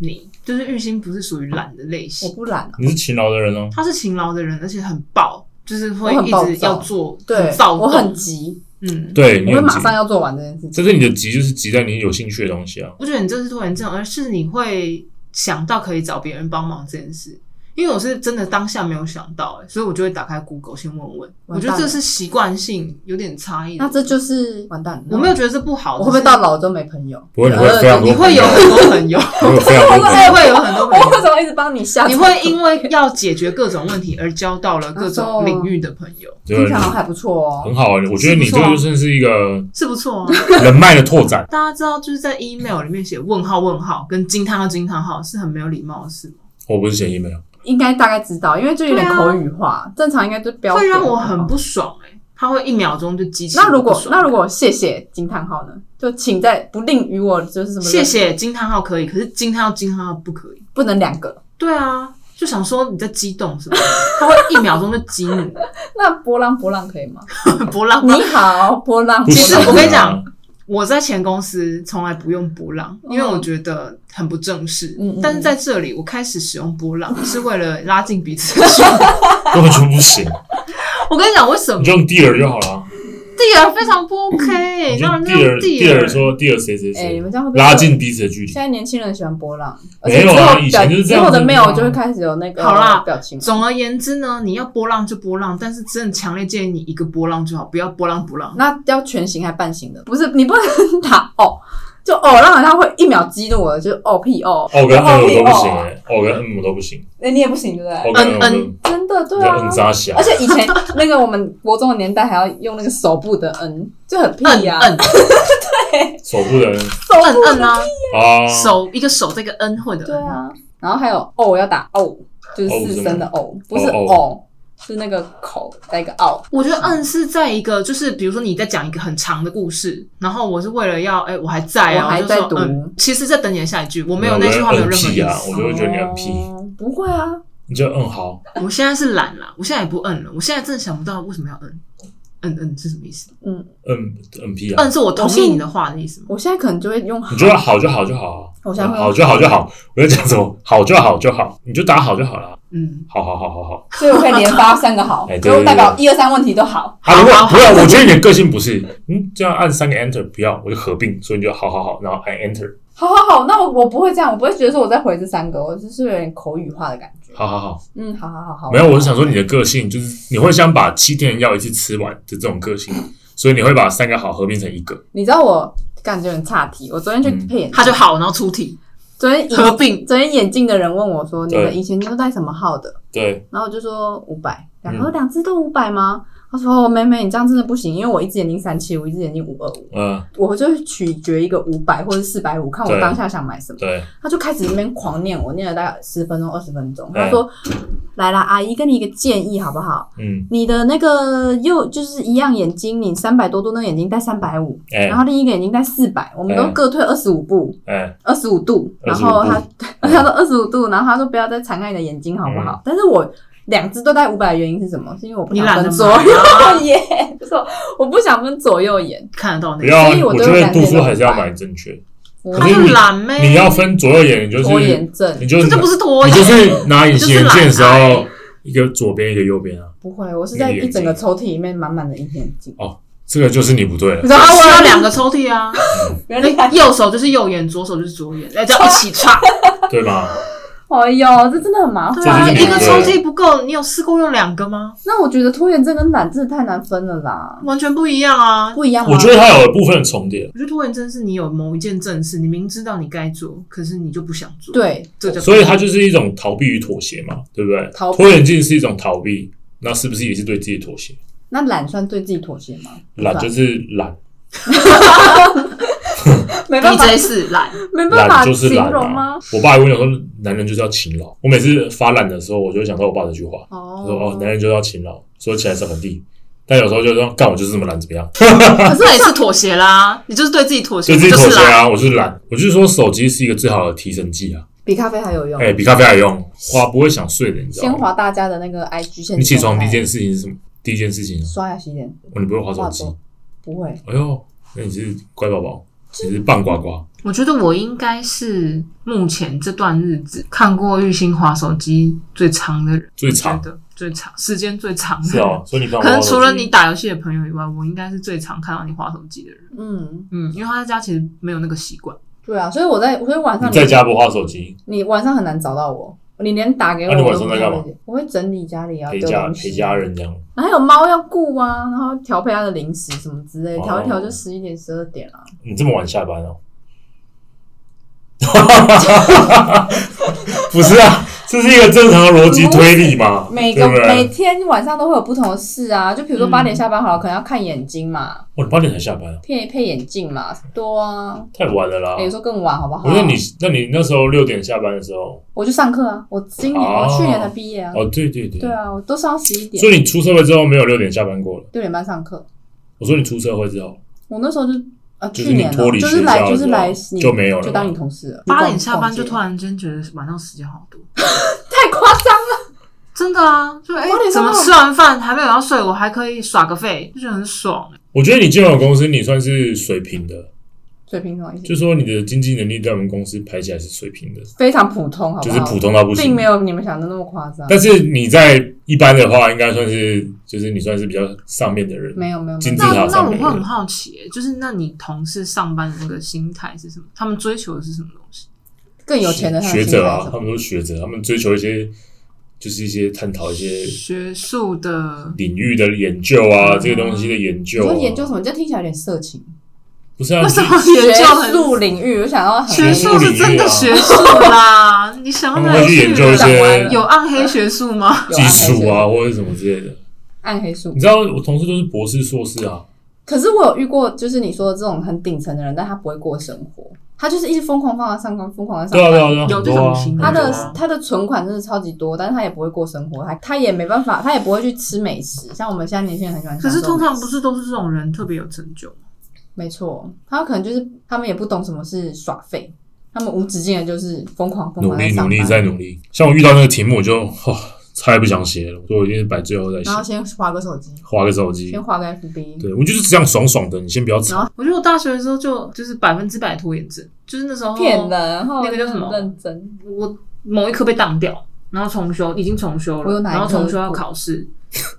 [SPEAKER 2] 你，就是玉兴不是属于懒的类
[SPEAKER 3] 我
[SPEAKER 2] 型，
[SPEAKER 3] 不懒啊，
[SPEAKER 1] 你是勤劳的人哦，
[SPEAKER 2] 他是勤劳的人，而且很暴，就是会
[SPEAKER 3] 我很
[SPEAKER 2] 一
[SPEAKER 3] 暴
[SPEAKER 2] 直
[SPEAKER 3] 躁
[SPEAKER 2] 要做，
[SPEAKER 3] 对
[SPEAKER 2] 很，躁动，
[SPEAKER 3] 我很急，
[SPEAKER 2] 嗯。
[SPEAKER 1] 对，
[SPEAKER 3] 我
[SPEAKER 1] 你
[SPEAKER 3] 会
[SPEAKER 1] 很
[SPEAKER 3] 马
[SPEAKER 1] 急，
[SPEAKER 3] 上要做完这件事情。
[SPEAKER 1] 但是你的急就是急在你有兴趣的东西
[SPEAKER 2] [LAUGHS]
[SPEAKER 1] 啊。
[SPEAKER 2] 我觉得你这是拖延症，而是你会想到可以找别人帮忙这件事。因为我是真的当下没有想到、欸，所以我就会打开 Google 先问问。我
[SPEAKER 3] 完蛋了
[SPEAKER 2] 觉得这是习惯性有点差异的。
[SPEAKER 3] 那这就是完蛋了。
[SPEAKER 2] 我没有觉得这不好，
[SPEAKER 3] 我会不会
[SPEAKER 2] 只是
[SPEAKER 3] 到老都没朋友？
[SPEAKER 1] 不会你会非常多
[SPEAKER 2] 你会有很多朋
[SPEAKER 3] [LAUGHS]
[SPEAKER 2] 友，
[SPEAKER 1] 我有非常多朋友
[SPEAKER 2] 你 [LAUGHS] 会有很多朋
[SPEAKER 3] 我为
[SPEAKER 2] 友，
[SPEAKER 3] 什么一直帮你下？
[SPEAKER 2] 你会因为要解决各种问题而交到了各
[SPEAKER 3] 啊
[SPEAKER 2] 种领域的朋友，
[SPEAKER 1] 对
[SPEAKER 3] 听起来好像还不错哦。
[SPEAKER 1] 很好啊，我觉得你这个就算是一个
[SPEAKER 2] 是不错啊。。
[SPEAKER 1] 人脉的拓展
[SPEAKER 2] 大家知道，就是在 email 里面写问号问号跟惊叹号惊叹号是很没有礼貌的事吗？
[SPEAKER 1] 我不是嫌疑没有，
[SPEAKER 3] 应该大概知道，因为就有点
[SPEAKER 2] 对啊
[SPEAKER 3] 口语化，正常应该就标
[SPEAKER 2] 会
[SPEAKER 3] 点。
[SPEAKER 2] 啊让我很。不爽哎、欸，他会一秒钟就激起
[SPEAKER 3] 那如
[SPEAKER 2] 我
[SPEAKER 3] 果
[SPEAKER 2] 不爽
[SPEAKER 3] 那如果谢谢惊叹号呢？就请在不吝于我就是什么
[SPEAKER 2] 谢，谢惊叹号可以，可是惊叹号惊叹号不可以。
[SPEAKER 3] 不能两个。
[SPEAKER 2] [LAUGHS] 对啊，就想说你在激动是吧？ [LAUGHS] 他会一秒钟就激你，
[SPEAKER 3] 那波浪波浪可以吗？
[SPEAKER 2] [LAUGHS] 波浪。
[SPEAKER 3] [LAUGHS] 你好，波浪。
[SPEAKER 1] 不
[SPEAKER 2] 其实
[SPEAKER 1] 行啊
[SPEAKER 2] 我跟你讲，我在前公司从来不用波浪，因为我觉得很不正式。
[SPEAKER 3] 嗯嗯嗯
[SPEAKER 2] 但是在这里，我开始使用波 [LAUGHS] 浪，是为了拉近彼此的距离。
[SPEAKER 1] 根本就不行，
[SPEAKER 2] [LAUGHS] 我跟你讲，为什么
[SPEAKER 1] 你就用 dear 就好了。
[SPEAKER 2] 地儿非常不 OK，
[SPEAKER 1] 你就
[SPEAKER 2] 让人家用
[SPEAKER 1] dear
[SPEAKER 2] 地儿
[SPEAKER 1] dear 说 dear 谁谁
[SPEAKER 3] 哎，你
[SPEAKER 1] 谁，
[SPEAKER 3] 们这样会不会
[SPEAKER 1] 拉近。彼此的距离
[SPEAKER 3] 现。在年轻人喜欢波浪，而
[SPEAKER 1] 没
[SPEAKER 3] 且
[SPEAKER 1] 有
[SPEAKER 3] 之
[SPEAKER 1] 啊
[SPEAKER 3] 后
[SPEAKER 1] 以
[SPEAKER 3] 表
[SPEAKER 1] 前就是这
[SPEAKER 3] 之
[SPEAKER 1] 样
[SPEAKER 3] 后
[SPEAKER 1] 子
[SPEAKER 3] 的
[SPEAKER 1] 的
[SPEAKER 3] mail
[SPEAKER 1] 啊
[SPEAKER 3] 就会开始有那个
[SPEAKER 2] 好啦
[SPEAKER 3] 表情。
[SPEAKER 2] 总而言之呢，你要波浪就波浪，但是真的强烈建议你一个波浪就好，不要波浪波浪。
[SPEAKER 3] 那要全形还半形的？不是，你不能打哦，就哦，让人家会一秒激怒我，就是哦屁哦，
[SPEAKER 1] 哦，跟 N 我都不行
[SPEAKER 3] 哦
[SPEAKER 1] 哎，哦跟 N 我都不行，
[SPEAKER 3] 那你也不行对不对
[SPEAKER 1] 哦？跟 N 我都
[SPEAKER 3] 真的对
[SPEAKER 1] 叫
[SPEAKER 3] 啊
[SPEAKER 1] N，扎小
[SPEAKER 3] 嗯而。且以前那个我们国中的年代还要用那个手部的嗯，就很屁
[SPEAKER 2] 摁
[SPEAKER 3] 呀、
[SPEAKER 2] 摁
[SPEAKER 1] 手部的 N
[SPEAKER 3] 手
[SPEAKER 2] 摁
[SPEAKER 3] 部
[SPEAKER 2] 摁啊，
[SPEAKER 1] 啊，
[SPEAKER 2] [LAUGHS] 手一个手这个 N 会的
[SPEAKER 3] 对
[SPEAKER 2] 摁，
[SPEAKER 3] 啊，然后还有哦要打哦，就是四声的哦，不是
[SPEAKER 1] 哦
[SPEAKER 3] 哦，是那个口加一个哦。
[SPEAKER 2] 我觉得嗯是在一个，就是比如说你在讲一个很长的故事，然后我是为了要，哎、我还在啊，
[SPEAKER 3] 我还
[SPEAKER 2] 就说
[SPEAKER 3] 在读
[SPEAKER 2] 嗯其实在等你的下一句，我没有
[SPEAKER 1] 没
[SPEAKER 2] 那
[SPEAKER 1] 有
[SPEAKER 2] 句话没有任何意
[SPEAKER 1] 我要嗯屁啊
[SPEAKER 2] 思。
[SPEAKER 1] 我就会觉得你很屁
[SPEAKER 3] 哦不会啊，
[SPEAKER 1] 你就嗯好，
[SPEAKER 2] 我现在是懒啦，我现在也不摁了，我现在真的想不到为什么要摁。摁摁是什么意思？
[SPEAKER 3] 嗯，
[SPEAKER 1] 嗯嗯屁啊
[SPEAKER 2] 摁，是我同意你的话的意思吗？
[SPEAKER 3] 我现在可能就会用好
[SPEAKER 1] 你觉得好就好就好啊，
[SPEAKER 3] 我想会
[SPEAKER 1] 好就好就好，我在讲什么？好就好就好，你就打好就好了，
[SPEAKER 2] 嗯，
[SPEAKER 1] 好好好好好。
[SPEAKER 3] 所以我可以连发三个好
[SPEAKER 1] 哎，对
[SPEAKER 3] 就代表一二三问题都好。
[SPEAKER 1] 啊，如
[SPEAKER 2] 好
[SPEAKER 1] 果
[SPEAKER 2] 好
[SPEAKER 1] 不要，我觉得你的个性不是，嗯，这样按三个 Enter 不要，我就合并，所以你就好好好，然后按 Enter，
[SPEAKER 3] 好好好，那我我不会这样，我不会觉得说我在回这三个，我就是有点口语化的感觉。
[SPEAKER 1] 好好好。
[SPEAKER 3] 嗯，好好好好。
[SPEAKER 1] 没有，我是想说你的个性就是你会想把七天的药一次吃完的这种个性，所以你会把三个好合并成一个。
[SPEAKER 3] 你知道我感觉很差题，我昨天去
[SPEAKER 1] 嗯
[SPEAKER 3] 配眼镜，
[SPEAKER 2] 他就好，然后出题
[SPEAKER 3] 昨天以
[SPEAKER 2] 合
[SPEAKER 1] [LAUGHS]
[SPEAKER 2] 并，
[SPEAKER 3] 昨天眼镜的人问我说：“你
[SPEAKER 1] 对
[SPEAKER 3] 们以前都戴什么号的
[SPEAKER 1] 对，？”
[SPEAKER 3] 然后我就说五百，然
[SPEAKER 1] 嗯
[SPEAKER 3] 后两只都五百吗？他说：“哦，妹妹，你这样真的不行，因为我一只眼睛三七五，一只眼睛五二五，
[SPEAKER 1] 嗯、
[SPEAKER 3] 我就取决一个五百或者四百五，看我
[SPEAKER 1] 对
[SPEAKER 3] 当下想买什么。”
[SPEAKER 1] 对，
[SPEAKER 3] 他就开始那边狂念我，念了大概十分钟、二十分钟。他
[SPEAKER 1] 哎
[SPEAKER 3] 说：“来啦，阿姨，跟你一个建议好不好？
[SPEAKER 1] 嗯，
[SPEAKER 3] 你的那个右就是一样眼睛，你三百多度那个眼睛戴三百五，
[SPEAKER 1] 哎、
[SPEAKER 3] 然后另一个眼睛戴四百，我们
[SPEAKER 1] 哎
[SPEAKER 3] 都各退二十五步，
[SPEAKER 1] 哎、
[SPEAKER 3] 二十五度。然后他他说二十五度，然后他说不要再残害你的眼睛好不好？但是我两只都戴五百的原因是什么？是因为我不
[SPEAKER 2] 你
[SPEAKER 3] 想
[SPEAKER 2] 懒得
[SPEAKER 3] 分左
[SPEAKER 2] 买啊
[SPEAKER 3] 右眼，就是我不想分左右眼。
[SPEAKER 2] 看得到
[SPEAKER 1] 不
[SPEAKER 2] 那个，
[SPEAKER 1] 要啊
[SPEAKER 3] 所以，我
[SPEAKER 1] 我
[SPEAKER 3] 就
[SPEAKER 1] 觉得
[SPEAKER 3] 感觉
[SPEAKER 1] 读书
[SPEAKER 3] 到
[SPEAKER 1] 还是要
[SPEAKER 3] 白
[SPEAKER 1] 买正确。
[SPEAKER 3] 我
[SPEAKER 1] 可
[SPEAKER 2] 他
[SPEAKER 1] 是
[SPEAKER 2] 就
[SPEAKER 1] 你
[SPEAKER 2] 懒呗。
[SPEAKER 1] 你要分左右眼，你就是
[SPEAKER 3] 拖延症
[SPEAKER 1] 你就
[SPEAKER 2] 这
[SPEAKER 1] 是
[SPEAKER 2] 就不是拖
[SPEAKER 1] 你
[SPEAKER 2] 延，
[SPEAKER 1] 就是拿隐形眼镜的时
[SPEAKER 2] 这就是懒
[SPEAKER 1] 候，一个左边一个右边啊，
[SPEAKER 3] 不会，我是在一整个抽屉里面满满的隐形眼镜。
[SPEAKER 1] 这个就是你不
[SPEAKER 3] [LAUGHS]
[SPEAKER 1] 对了
[SPEAKER 3] 你。知道
[SPEAKER 2] 他
[SPEAKER 3] 他
[SPEAKER 2] 需
[SPEAKER 3] 挖
[SPEAKER 2] 要
[SPEAKER 3] 了
[SPEAKER 2] 两个抽屉啊，
[SPEAKER 3] 原来
[SPEAKER 2] 右手就是右眼，左手就是左眼，哎，这样一起插。
[SPEAKER 1] 对吧？
[SPEAKER 3] 哎呦，这真的很麻
[SPEAKER 2] 对
[SPEAKER 3] 烦。
[SPEAKER 2] 啊，
[SPEAKER 1] 这就是
[SPEAKER 2] 一
[SPEAKER 1] 你的
[SPEAKER 2] 个抽屉不够，你有试过用两个吗？
[SPEAKER 3] 那我觉得拖延症跟懒真的太难分了啦，
[SPEAKER 2] 完全不一样啊！
[SPEAKER 3] 不一样吗？
[SPEAKER 1] 我觉得它有部分的重叠，
[SPEAKER 2] 我觉得拖延症是你有某一件正事，你明知道你该做，可是你就不想做。，
[SPEAKER 3] 对，
[SPEAKER 2] 这叫
[SPEAKER 1] 所以它就是一种逃避与妥协嘛，对不对
[SPEAKER 3] 逃？避
[SPEAKER 1] 拖延症是一种逃避，那是不是也是对自己妥协？
[SPEAKER 3] 那懒算对自己妥协吗？
[SPEAKER 1] 懒就是懒，
[SPEAKER 3] 没办法，
[SPEAKER 2] DJ 是
[SPEAKER 1] [LAUGHS]
[SPEAKER 2] 懒，
[SPEAKER 3] 没办法
[SPEAKER 1] 懒就是
[SPEAKER 3] 形
[SPEAKER 1] 懒
[SPEAKER 3] 容
[SPEAKER 1] 啊
[SPEAKER 3] 吗？！
[SPEAKER 1] 我爸也跟我说，男人就是要勤劳。我每次发懒的时候，我就会想到我爸这句话，他说：“哦，男
[SPEAKER 3] 哦，
[SPEAKER 1] 人就是要勤劳，说起来怎么地。”但有时候就说：“干，我就是这么懒，怎么样？”
[SPEAKER 2] 可是也是妥协啦，你就是对自己妥协，
[SPEAKER 1] 就自
[SPEAKER 2] 你
[SPEAKER 1] 己
[SPEAKER 2] 就
[SPEAKER 1] 妥
[SPEAKER 2] 是
[SPEAKER 1] 协
[SPEAKER 2] 懒。
[SPEAKER 1] 啊，我就是懒，我就是说手机是一个最好的提神剂啊，
[SPEAKER 3] 比咖啡还有用
[SPEAKER 1] 哎、。比咖啡还有用，花不会想睡的，你知
[SPEAKER 3] 先
[SPEAKER 1] 道吗？
[SPEAKER 3] 划大家的那个 IG 线动态，
[SPEAKER 1] 哦你起床第一件事情是什么？第一件事情啊，
[SPEAKER 3] 刷牙洗脸，
[SPEAKER 1] 哦你不会划手机
[SPEAKER 3] 划手？不会，
[SPEAKER 1] 哎呦，那你是乖宝宝，你是棒呱呱，
[SPEAKER 2] 我觉得我应该是目前这段日子看过玉兴滑手机最长的人，
[SPEAKER 1] 最长
[SPEAKER 2] 我觉得最长时间最长的
[SPEAKER 1] 是
[SPEAKER 2] 人。
[SPEAKER 1] 哦，所以你刚
[SPEAKER 2] 可能除了你打游戏的朋友以外，我应该是最常看到你划手机的人。
[SPEAKER 3] 嗯，
[SPEAKER 2] 嗯，因为他在家其实没有那个习惯。
[SPEAKER 3] 对啊，所以我在，所以晚上
[SPEAKER 1] 你在家不划手机，
[SPEAKER 3] 你晚上很难找到我，你连打给我，
[SPEAKER 1] 啊那你
[SPEAKER 3] 我
[SPEAKER 1] 晚
[SPEAKER 3] 都
[SPEAKER 1] 上
[SPEAKER 3] 不
[SPEAKER 1] 在干嘛
[SPEAKER 3] 了解我会整理家里啊，
[SPEAKER 1] 陪
[SPEAKER 3] 丢
[SPEAKER 1] 家
[SPEAKER 3] 东西
[SPEAKER 1] 陪家人这样，
[SPEAKER 3] 然后还有猫要顾啊，然后调配它的零食什么之类，
[SPEAKER 1] 哦
[SPEAKER 3] 调一调就十一点、十二点啊了。
[SPEAKER 1] 你这么晚下班哦？ [LAUGHS] 不是啊，这是一个正常的逻辑推理嘛，
[SPEAKER 3] 每
[SPEAKER 1] 哦对
[SPEAKER 3] 个
[SPEAKER 1] 不
[SPEAKER 3] 每
[SPEAKER 1] 对？
[SPEAKER 3] 天晚上都会有不同的事啊，就比如说
[SPEAKER 2] 嗯
[SPEAKER 3] 八点下班好了，可能要看眼睛嘛，
[SPEAKER 1] 哦，你八点才下班啊，
[SPEAKER 3] 配配眼镜嘛，多啊。
[SPEAKER 1] 太晚了啦
[SPEAKER 3] 欸。有时候更晚，好不好？
[SPEAKER 1] 我说你，那你那时候六点下班的时候，
[SPEAKER 3] 我去上课啊！我今年、
[SPEAKER 1] 哦
[SPEAKER 3] 我去年才毕业啊。
[SPEAKER 1] 哦，对对对，
[SPEAKER 3] 对啊，我都上到十一点
[SPEAKER 1] 所，以你出社会之后没有六点下班过了。
[SPEAKER 3] 六点半上课。
[SPEAKER 1] 我说你出社会之后，
[SPEAKER 3] 我那时候就啊，
[SPEAKER 1] 就是
[SPEAKER 3] 去年
[SPEAKER 1] 你
[SPEAKER 3] 啊
[SPEAKER 1] 脱离
[SPEAKER 3] 就是来
[SPEAKER 1] 学校
[SPEAKER 3] 就是来
[SPEAKER 1] 的时候
[SPEAKER 3] 你
[SPEAKER 1] 就没有了
[SPEAKER 3] 就当你同事了。
[SPEAKER 2] 八点下班就突
[SPEAKER 3] 逛
[SPEAKER 2] 然间觉得晚上时间好多，
[SPEAKER 3] 街太夸张了，
[SPEAKER 2] 真的啊，就哎、
[SPEAKER 3] 八点下
[SPEAKER 2] 怎
[SPEAKER 3] 班
[SPEAKER 2] 么吃完饭还没有要睡，我还可以耍个废，就觉得很爽、
[SPEAKER 1] 我觉得你进我公司，你算是水平的，
[SPEAKER 3] 嗯水平同一些
[SPEAKER 1] 就说你的经济能力在我们公司排起来是水平的，
[SPEAKER 3] 非常普通，好不
[SPEAKER 1] 就
[SPEAKER 3] 好？
[SPEAKER 1] 是普通到不
[SPEAKER 3] 哦并
[SPEAKER 1] 行
[SPEAKER 3] 没。有你们想的那么夸张。
[SPEAKER 1] 但是你在一般的话，应该算是就是你算是比较上面的人，
[SPEAKER 3] 没有没有没
[SPEAKER 1] 金
[SPEAKER 3] 有
[SPEAKER 1] 字
[SPEAKER 2] 那
[SPEAKER 1] 塔
[SPEAKER 2] 那
[SPEAKER 1] 上
[SPEAKER 2] 我
[SPEAKER 1] 面
[SPEAKER 2] 会
[SPEAKER 1] 的
[SPEAKER 2] 很
[SPEAKER 1] 人。
[SPEAKER 2] 好奇、就是那你同事上班的那个心态是什么？他们追求的是什么东西？
[SPEAKER 3] 更有钱的他的
[SPEAKER 1] 学
[SPEAKER 3] 心
[SPEAKER 1] 者
[SPEAKER 3] 态是
[SPEAKER 1] 啊，
[SPEAKER 3] 什
[SPEAKER 1] 他
[SPEAKER 3] 么
[SPEAKER 1] 们都是学者，他们追求一些就是一些探讨一些
[SPEAKER 2] 学术的
[SPEAKER 1] 领域的研究啊，这个东西的研
[SPEAKER 3] 嗯你
[SPEAKER 1] 究、啊。
[SPEAKER 3] 说研究什么？这听起来有点色情。
[SPEAKER 1] 不是啊？
[SPEAKER 2] 为什
[SPEAKER 1] 你
[SPEAKER 2] 么 [LAUGHS] 研究
[SPEAKER 3] 学
[SPEAKER 2] 很
[SPEAKER 3] 术领域，我想要很
[SPEAKER 2] 学术是真的学术啦？ [LAUGHS] 你想
[SPEAKER 1] 他
[SPEAKER 2] 要
[SPEAKER 1] 们会去研究一些
[SPEAKER 2] 有暗黑学
[SPEAKER 1] [LAUGHS]
[SPEAKER 2] 术吗？
[SPEAKER 1] 技术啊，，或者什么之类的。
[SPEAKER 3] 暗黑术
[SPEAKER 1] 你。知道我同事都是博士、硕士啊，
[SPEAKER 3] 可是我有遇过，就是你说的这种很顶层的人，但他不会过生活，他就是一直疯狂放在上官，疯狂在
[SPEAKER 1] 对
[SPEAKER 3] 上
[SPEAKER 1] 啊对
[SPEAKER 3] 官。
[SPEAKER 1] 啊对啊，
[SPEAKER 2] 有
[SPEAKER 1] 很
[SPEAKER 2] 这
[SPEAKER 1] 多
[SPEAKER 2] 种
[SPEAKER 1] 啊
[SPEAKER 2] 情
[SPEAKER 3] 他
[SPEAKER 1] 很多
[SPEAKER 3] 的
[SPEAKER 1] 啊
[SPEAKER 2] 况
[SPEAKER 3] 他的存款真的超级多，但是他也不会过生活，他他也没办法，他也不会去吃美食。像我们现在年轻人很喜欢吃
[SPEAKER 2] 可
[SPEAKER 3] 这种美
[SPEAKER 2] 是
[SPEAKER 3] 食，
[SPEAKER 2] 通常不是都是这种人特别有成就吗，
[SPEAKER 3] 没错，他可能就是他们也不懂什么是耍废，他们无止境的就是疯狂疯
[SPEAKER 1] 努
[SPEAKER 3] 狂在
[SPEAKER 1] 力
[SPEAKER 3] 上
[SPEAKER 1] 努
[SPEAKER 3] 班
[SPEAKER 1] 力再努力。像我遇到那个题目，我就哇，太不想写了，我就一定是摆最后再写
[SPEAKER 3] 然，后先划个手机，
[SPEAKER 1] 划个手机。
[SPEAKER 3] 先划个 FB，
[SPEAKER 1] 对，我就是这样爽爽的，你先不要吵。
[SPEAKER 2] 我觉得我大学的时候就就是百分之百拖延症，就是那时候
[SPEAKER 3] 骗人，然后
[SPEAKER 2] 哦那个叫什么
[SPEAKER 3] 很认真，
[SPEAKER 2] 我某一科被当掉，然后重修，已经重修
[SPEAKER 3] 我有
[SPEAKER 2] 了，
[SPEAKER 3] 哪一科
[SPEAKER 2] 然后重修要考试，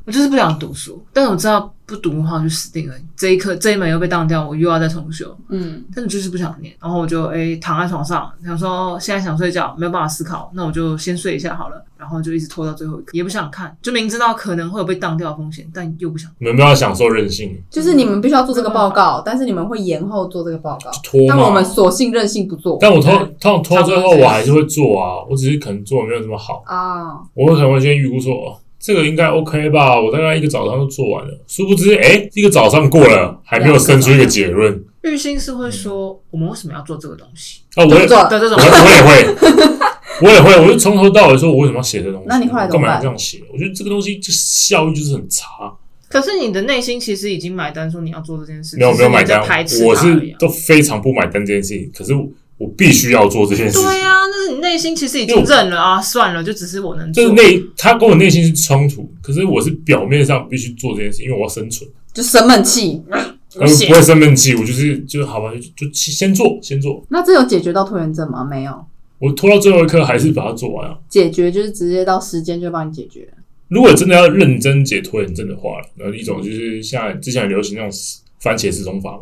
[SPEAKER 2] 我就是不想读书，但我知道不读的话我就死定了。这一科这一门又被当掉，我又要再重修，
[SPEAKER 3] 嗯，
[SPEAKER 2] 但是就是不想念。然后我就诶、躺在床上，想说现在想睡觉，没有办法思考，那我就先睡一下好了。然后就一直拖到最后一刻，也不想看，就明知道可能会有被当掉的风险，但又不想。
[SPEAKER 1] 你们不要享受任性，
[SPEAKER 3] 就是你们必须要做这个报告，但是你们会延后做这个报告，
[SPEAKER 1] 拖
[SPEAKER 3] 但我们
[SPEAKER 1] 嘛。
[SPEAKER 3] 索性任性不做
[SPEAKER 1] 但我拖拖拖到最
[SPEAKER 2] 差
[SPEAKER 1] 后，
[SPEAKER 2] 不多
[SPEAKER 1] 我
[SPEAKER 2] 这样
[SPEAKER 1] 还是会做啊，我只是可能做得没有这么好，
[SPEAKER 3] 啊，
[SPEAKER 1] 我可能会先预估说，哦，这个应该 OK 吧，我大概一个早上就做完了。殊不知，哎、一个早上过了，还没有生出一个结论。
[SPEAKER 2] 日新是会说，我们为什么要做这个东西
[SPEAKER 1] 啊，我
[SPEAKER 3] 就
[SPEAKER 1] 也
[SPEAKER 3] 不做了
[SPEAKER 2] 的这种
[SPEAKER 1] 我我也会，
[SPEAKER 2] [LAUGHS]
[SPEAKER 1] 我也会，我就从头到尾说，我为什么要写这东西？
[SPEAKER 3] 那你后来怎
[SPEAKER 1] 干
[SPEAKER 3] 么办
[SPEAKER 1] 嘛要这样写？我觉得这个东西就效益就是很差，
[SPEAKER 2] 可是你的内心其实已经买单，说你要做这件事，
[SPEAKER 1] 没有没
[SPEAKER 2] 只是
[SPEAKER 1] 有
[SPEAKER 2] 你
[SPEAKER 1] 买
[SPEAKER 2] 在
[SPEAKER 1] 单，
[SPEAKER 2] 排斥
[SPEAKER 1] 我
[SPEAKER 2] 它而已
[SPEAKER 1] 是
[SPEAKER 2] 啊
[SPEAKER 1] 都非常不买单这件事情，可是我必须要做这件事情。
[SPEAKER 2] 对啊，那是你内心其实已
[SPEAKER 1] 因为
[SPEAKER 2] 经
[SPEAKER 1] 我
[SPEAKER 2] 认了啊，算了，就只是我能
[SPEAKER 1] 就
[SPEAKER 2] 做
[SPEAKER 1] 是。内，他跟我内心是冲突，可是我是表面上必须做这件事，因为我要生存，
[SPEAKER 3] 就生闷气，
[SPEAKER 1] 而不会生闷气。嗯我就是就是好吧，就就先做，先做。
[SPEAKER 3] 那这有解决到拖延症吗？没有，
[SPEAKER 1] 我拖到最后一刻还是把它做完啊。
[SPEAKER 3] 解决就是直接到时间就帮你解决。
[SPEAKER 1] 如果真的要认真解拖延症的话，然后一种就是像之前很流行那种番茄时钟法嘛，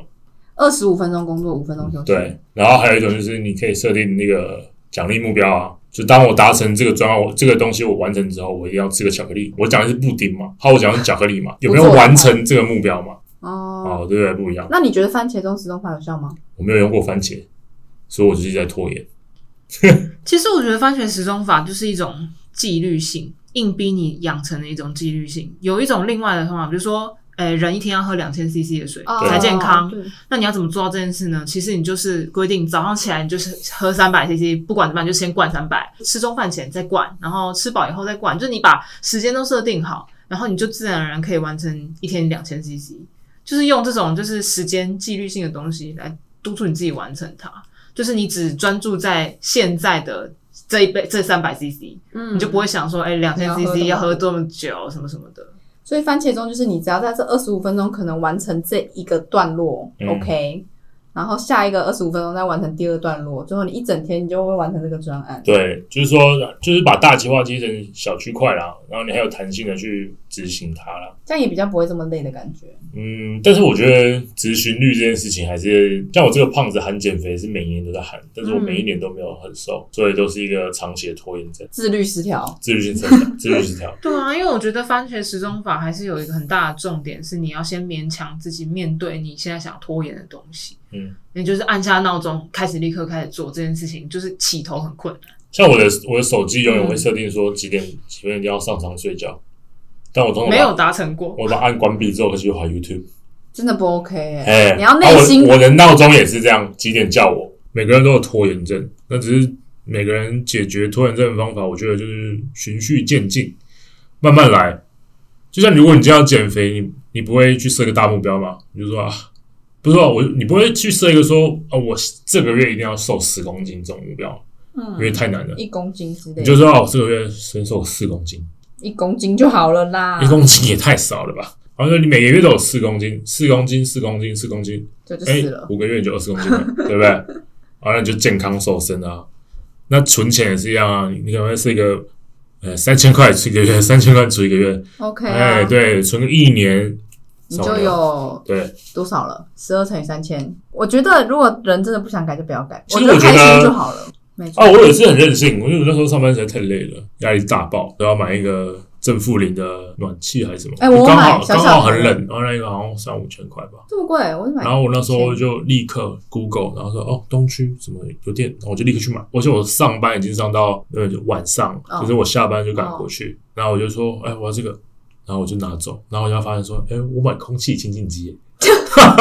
[SPEAKER 3] 二十五分钟工作，五分钟休息。
[SPEAKER 1] 对，，然后还有一种就是你可以设定那个奖励目标啊，就当我达成这个专案，我这个东西我完成之后，我一定要吃个巧克力。我讲的是布丁嘛，好，我讲的是巧克力嘛，有没有
[SPEAKER 3] 不错
[SPEAKER 1] 完成这个目标嘛？
[SPEAKER 3] 哦，
[SPEAKER 1] 哦，对不对？不一样，
[SPEAKER 3] 那你觉得番茄钟时钟法有效吗？
[SPEAKER 1] 我没有用过番茄，所以我就是在拖延。
[SPEAKER 2] 其实我觉得番茄时钟法就是一种纪律性，硬逼你养成的一种纪律性。有一种另外的方法，比如说，呃，人一天要喝两千 CC 的水
[SPEAKER 3] 哦
[SPEAKER 2] 才健康。
[SPEAKER 3] 对
[SPEAKER 2] 那你要怎么做到这件事呢？其实你就是规定早上起来你就是喝三百 CC，不管怎么样你就先灌三百，吃中饭前再灌，然后吃饱以后再灌，就是你把时间都设定好，然后你就自然而然可以完成一天两千 CC，就是用这种就是时间纪律性的东西来督促你自己完成它，就是你只专注在现在的。这一杯这三百 CC，、
[SPEAKER 3] 嗯
[SPEAKER 2] 你就不会想说，哎、两千
[SPEAKER 3] 要喝
[SPEAKER 2] CC 要
[SPEAKER 3] 多
[SPEAKER 2] 喝这么久，什么什么的。
[SPEAKER 3] 所以番茄钟就是你只要在这二十五分钟可能完成这一个段落、
[SPEAKER 1] 嗯
[SPEAKER 3] o k 然后下一个二十五分钟再完成第二段落，最后你一整天你就会完成这个专案。
[SPEAKER 1] 对，就是说，就是把大计划切成小区块啦，然后你还有弹性的去执行它啦。
[SPEAKER 3] 这样也比较不会这么累的感觉。
[SPEAKER 1] 嗯，但是我觉得执行率这件事情还是像我这个胖子喊减肥是每年都在喊，但是我每一年都没有很瘦，所以都是一个长期的拖延症。
[SPEAKER 3] 自律失调，
[SPEAKER 1] 自律性成长，自律失调。
[SPEAKER 2] 对啊，因为我觉得番茄时钟法还是有一个很大的重点，是你要先勉强自己面对你现在想拖延的东西。
[SPEAKER 1] 嗯，
[SPEAKER 2] 你就是按下闹钟，开始立刻开始做这件事情，就是起头很困难。
[SPEAKER 1] 像我的我的手机永远会设定说几点几分一定要上床睡觉，但我通常把
[SPEAKER 2] 没有达成过，
[SPEAKER 1] 我把按关闭之后，可是去滑 YouTube。
[SPEAKER 3] 真的不 OK 哎、
[SPEAKER 1] 哎、
[SPEAKER 3] 你要内心
[SPEAKER 1] 啊我。我的闹钟也是这样，几点叫我。每个人都有拖延症，那只是每个人解决拖延症的方法，我觉得就是循序渐进，慢慢来。就像如果你今天要减肥，你你不会去设个大目标嘛？你就说啊，不是、啊、我，你不会去设一个说啊，我这个月一定要瘦十公斤这种目标，因为
[SPEAKER 3] 嗯，
[SPEAKER 1] 太难了。
[SPEAKER 3] 一公斤之类
[SPEAKER 1] 你就
[SPEAKER 3] 的，
[SPEAKER 1] 说啊，我这个月先瘦四公斤，
[SPEAKER 3] 一公斤就好了啦
[SPEAKER 1] 一，公斤也太少了吧？然后说你每个月都有四公斤，四公斤，四公斤，四公斤，
[SPEAKER 3] 这就
[SPEAKER 1] 哎
[SPEAKER 3] 死，了。
[SPEAKER 1] 五个月你就二十公斤了， [LAUGHS] 对不对？啊，那你就健康瘦身啊。那存钱也是一样啊，你你可能是一个呃三千块存一个月， [LAUGHS] 三千块存一个月，
[SPEAKER 3] OK
[SPEAKER 1] 哎、
[SPEAKER 3] 啊，
[SPEAKER 1] 对，存个一年，
[SPEAKER 3] 你就有
[SPEAKER 1] 对。
[SPEAKER 3] 多少了？十二乘以三千。我觉得如果人真的不想改，就不要改。
[SPEAKER 1] 其
[SPEAKER 3] 我
[SPEAKER 1] 实
[SPEAKER 3] 觉得
[SPEAKER 1] 我觉
[SPEAKER 3] 开
[SPEAKER 1] 得
[SPEAKER 3] 心就好了。没错。
[SPEAKER 1] 哦，我也是很任性，因为我那时候上班实在太累了，压力大爆，都要买一个正负零的暖气还是什么，
[SPEAKER 3] 哎我
[SPEAKER 1] 刚好
[SPEAKER 3] 买小
[SPEAKER 1] 刚
[SPEAKER 3] 小的
[SPEAKER 1] 好很冷，然后那个好像三五千块吧。
[SPEAKER 3] 这么贵，我是买。
[SPEAKER 1] 然后我那时候就立刻 Google，然后说哦，东区什么有店，然后我就立刻去买。而且我上班已经上到呃晚上，
[SPEAKER 3] 哦
[SPEAKER 1] 就是我下班就赶过去。然后我就说，哎，我要这个，然后我就拿走。然后我就发现说，哎，我买空气清净机耶， [LAUGHS]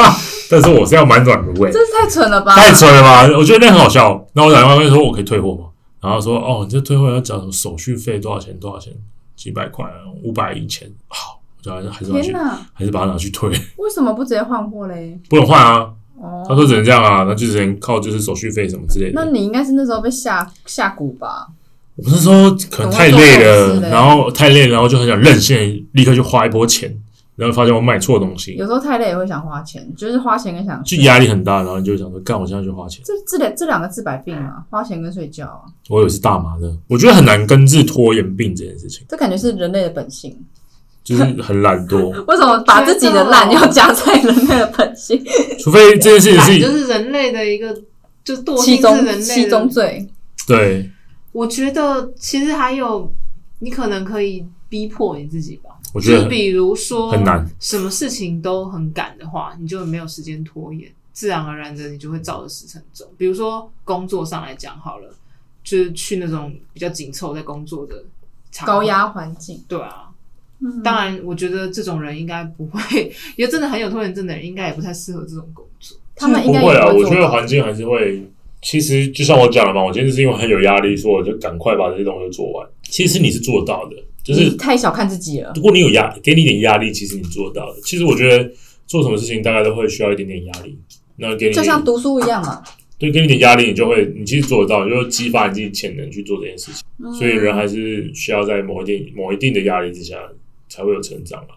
[SPEAKER 1] 但是我是要蛮转的味，
[SPEAKER 3] 真是太蠢了吧？
[SPEAKER 1] 太扯了吧？我觉得那很好笑。那我打电话跟他说我可以退货吗？然后他说哦，你这退货要缴手续费多少钱？多少钱？几百块，啊五百一千。好，我就还是还是拿
[SPEAKER 3] 天
[SPEAKER 1] 去，
[SPEAKER 3] 哪，
[SPEAKER 1] 还是把它拿去退， [LAUGHS]
[SPEAKER 3] 为什么不直接换货嘞？
[SPEAKER 1] 不能换啊。
[SPEAKER 3] 哦，
[SPEAKER 1] 他说只能这样啊，那就只能靠就是手续费什么之类
[SPEAKER 3] 那
[SPEAKER 1] 的。
[SPEAKER 3] 你应该是那时候被吓吓蛊吧？
[SPEAKER 1] 我那时候可能太累
[SPEAKER 3] 怎么会做这种事
[SPEAKER 1] 了，
[SPEAKER 3] 嘞
[SPEAKER 1] 然后太累了，然后就很想任性，立刻就花一波钱，然后发现我买错东西，
[SPEAKER 3] 有时候太累也会想花钱，就是花钱跟想
[SPEAKER 1] 就压力很大，然后你就会想说，干，我现在去花钱。
[SPEAKER 3] 这这两这两个治百病啊，花钱跟睡觉啊，
[SPEAKER 1] 我以为是大麻的，我觉得很难根治拖延病这件事情，
[SPEAKER 3] 这感觉是人类的本性。
[SPEAKER 1] 就是很懒惰。
[SPEAKER 3] [LAUGHS] 为什么把自己的烂要加在人类的本性？
[SPEAKER 1] 除非这件事情
[SPEAKER 2] 懒就是是人类的一个，就是惰性
[SPEAKER 3] 七
[SPEAKER 2] 是
[SPEAKER 3] 宗
[SPEAKER 2] 人
[SPEAKER 3] 七
[SPEAKER 2] 类
[SPEAKER 3] 宗
[SPEAKER 2] 的。
[SPEAKER 3] 罪，
[SPEAKER 1] 对，
[SPEAKER 2] 我觉得其实还有，你可能可以逼迫你自己吧。
[SPEAKER 1] 我觉
[SPEAKER 2] 就
[SPEAKER 1] 得
[SPEAKER 2] 比如说，
[SPEAKER 1] 很
[SPEAKER 3] 哦
[SPEAKER 1] 难，
[SPEAKER 2] 什么事情都很赶的话，你就没有时间拖延，自然而然的你就会照着时辰走。比如说工作上来讲好了，就是去那种比较紧凑在工作的场合
[SPEAKER 3] 高，压环境。
[SPEAKER 2] 对啊。
[SPEAKER 3] 嗯
[SPEAKER 2] 当然，我觉得这种人应该不会，因为真的很有拖延症的人，应该也不太适合这种工作。
[SPEAKER 3] 他们应
[SPEAKER 1] 不
[SPEAKER 3] 该
[SPEAKER 1] 会
[SPEAKER 3] 也
[SPEAKER 1] 啊。
[SPEAKER 3] 不
[SPEAKER 1] 我
[SPEAKER 3] 会
[SPEAKER 1] 觉
[SPEAKER 3] 做
[SPEAKER 1] 得
[SPEAKER 3] 到。
[SPEAKER 1] 环境还是会。其实就像我讲了嘛，我今天就是因为很有压力，所以我就赶快把这些东西做完。其实你是做到的，就是
[SPEAKER 3] 你太小看自己了。
[SPEAKER 1] 如果你有压，给你一点压力，其实你做到的。其实我觉得做什么事情大概都会需要一点点压力。那给你一
[SPEAKER 3] 就
[SPEAKER 1] 点
[SPEAKER 3] 像读书一样嘛，
[SPEAKER 1] 对，给你一点压力，你就会，你其实做得到，你就会激发你自己潜能去做这件事情。嗯
[SPEAKER 3] 嗯
[SPEAKER 1] 所以人还是需要在某一定某一定的压力之下才会有成长嘛。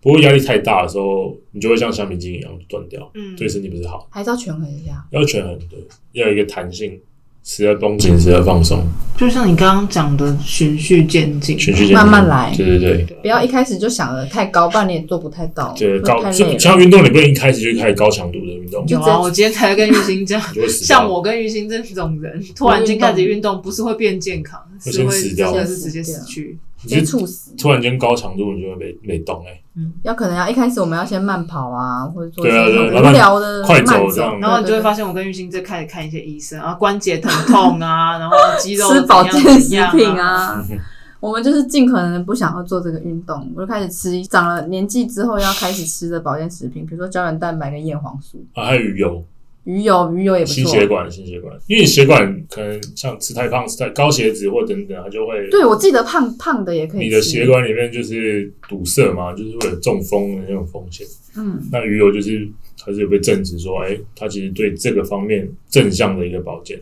[SPEAKER 1] 不过压力太大的时候，你就会像橡皮筋一样断掉，
[SPEAKER 2] 嗯
[SPEAKER 1] 对身体不是好。
[SPEAKER 3] 还是要权衡一下。
[SPEAKER 1] 要权衡，对，要有一个弹性，时而绷紧，时而放松，
[SPEAKER 2] 就像你刚刚讲的，循序渐进，
[SPEAKER 1] 循序渐进，
[SPEAKER 3] 慢慢来
[SPEAKER 1] 对对对。
[SPEAKER 3] 不要一开始就想的太高，不然你也做不太到，
[SPEAKER 1] 这
[SPEAKER 3] 会
[SPEAKER 1] 个高
[SPEAKER 3] 太
[SPEAKER 1] 这
[SPEAKER 3] 累了。
[SPEAKER 1] 像运动，你不能一开始就开始高强度的运动，
[SPEAKER 3] 就
[SPEAKER 2] 有
[SPEAKER 3] 直接
[SPEAKER 2] 啊，我今天才跟玉兴讲，
[SPEAKER 1] [LAUGHS] 你就会死掉
[SPEAKER 2] 像我跟玉兴这种人，突然间开始运动，不是会变健康，
[SPEAKER 1] 会
[SPEAKER 2] 是
[SPEAKER 1] 先
[SPEAKER 2] 会
[SPEAKER 1] 死
[SPEAKER 2] 真
[SPEAKER 1] 掉
[SPEAKER 2] 的是直接死去。
[SPEAKER 1] 你
[SPEAKER 3] 接
[SPEAKER 1] 就
[SPEAKER 3] 触死，
[SPEAKER 1] 突然间高强度，你就会被被动哎、
[SPEAKER 3] 要可能要一开始我们要先慢跑啊，或者做一
[SPEAKER 1] 对啊
[SPEAKER 3] 些
[SPEAKER 1] 对
[SPEAKER 3] 很
[SPEAKER 1] 慢
[SPEAKER 3] 无
[SPEAKER 1] 慢
[SPEAKER 3] 聊的
[SPEAKER 1] 快
[SPEAKER 3] 慢
[SPEAKER 1] 走这样
[SPEAKER 2] 然后你就会发
[SPEAKER 3] 现
[SPEAKER 2] 现，我跟玉兴在开始看一些医生啊，关节疼痛啊，然后肌肉
[SPEAKER 3] 吃
[SPEAKER 2] 怎
[SPEAKER 3] 保
[SPEAKER 2] 样
[SPEAKER 3] 健
[SPEAKER 2] 怎
[SPEAKER 3] 食
[SPEAKER 2] 样
[SPEAKER 3] 品
[SPEAKER 2] 啊，
[SPEAKER 3] 啊。
[SPEAKER 1] 嗯
[SPEAKER 3] 我们就是尽可能不想要做这个运动，我就开始吃长了年纪之后要开始吃的保健食品，比如说胶原蛋白跟叶黄素、
[SPEAKER 1] 啊，还有鱼油，
[SPEAKER 3] 鱼油，鱼油也不
[SPEAKER 1] 心
[SPEAKER 3] 错。啊
[SPEAKER 1] 血管，心血管，因为你血管可能像吃太胖、吃太高血脂或等等，它就会
[SPEAKER 3] 对，我记得胖胖的也可以吃。
[SPEAKER 1] 你的血管里面就是堵塞嘛，就是会有中风的那种风险。
[SPEAKER 3] 嗯，
[SPEAKER 1] 那鱼油就是它是有被证实说，哎、它其实对这个方面正向的一个保健。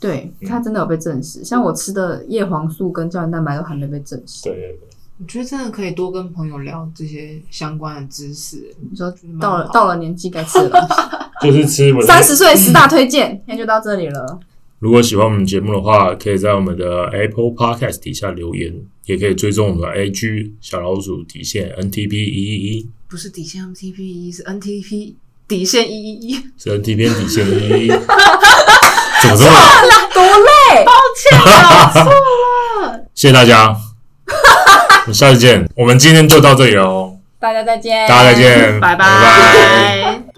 [SPEAKER 3] 对，
[SPEAKER 1] 嗯
[SPEAKER 3] 它真的有被证实。像我吃的叶黄素跟胶原蛋白都还没被证实。
[SPEAKER 1] 对对对，
[SPEAKER 2] 我觉得真的可以多跟朋友聊这些相关的知识。
[SPEAKER 3] 你说
[SPEAKER 2] 嗯
[SPEAKER 3] 到了
[SPEAKER 2] 蛮好
[SPEAKER 3] 到了年纪该吃了吧。
[SPEAKER 1] 就是吃 [LAUGHS] 我
[SPEAKER 3] 三十岁十大推荐，今天就到这里了。
[SPEAKER 1] 如果喜欢我们节目的话，可以在我们的 Apple Podcast 底下留言，也可以追踪我们的 IG 小老鼠底线 NTP 一一一，
[SPEAKER 2] 不是底线 MTP 一，是 NTP 底线一一一。
[SPEAKER 1] 是 NTP 底线 [LAUGHS] 一一一。怎么这么？
[SPEAKER 3] 多累，
[SPEAKER 1] 谢谢大家，我哦们下次见。我们今天就到这里喽，
[SPEAKER 3] 大家再见，
[SPEAKER 1] 大家再见，
[SPEAKER 2] 拜拜。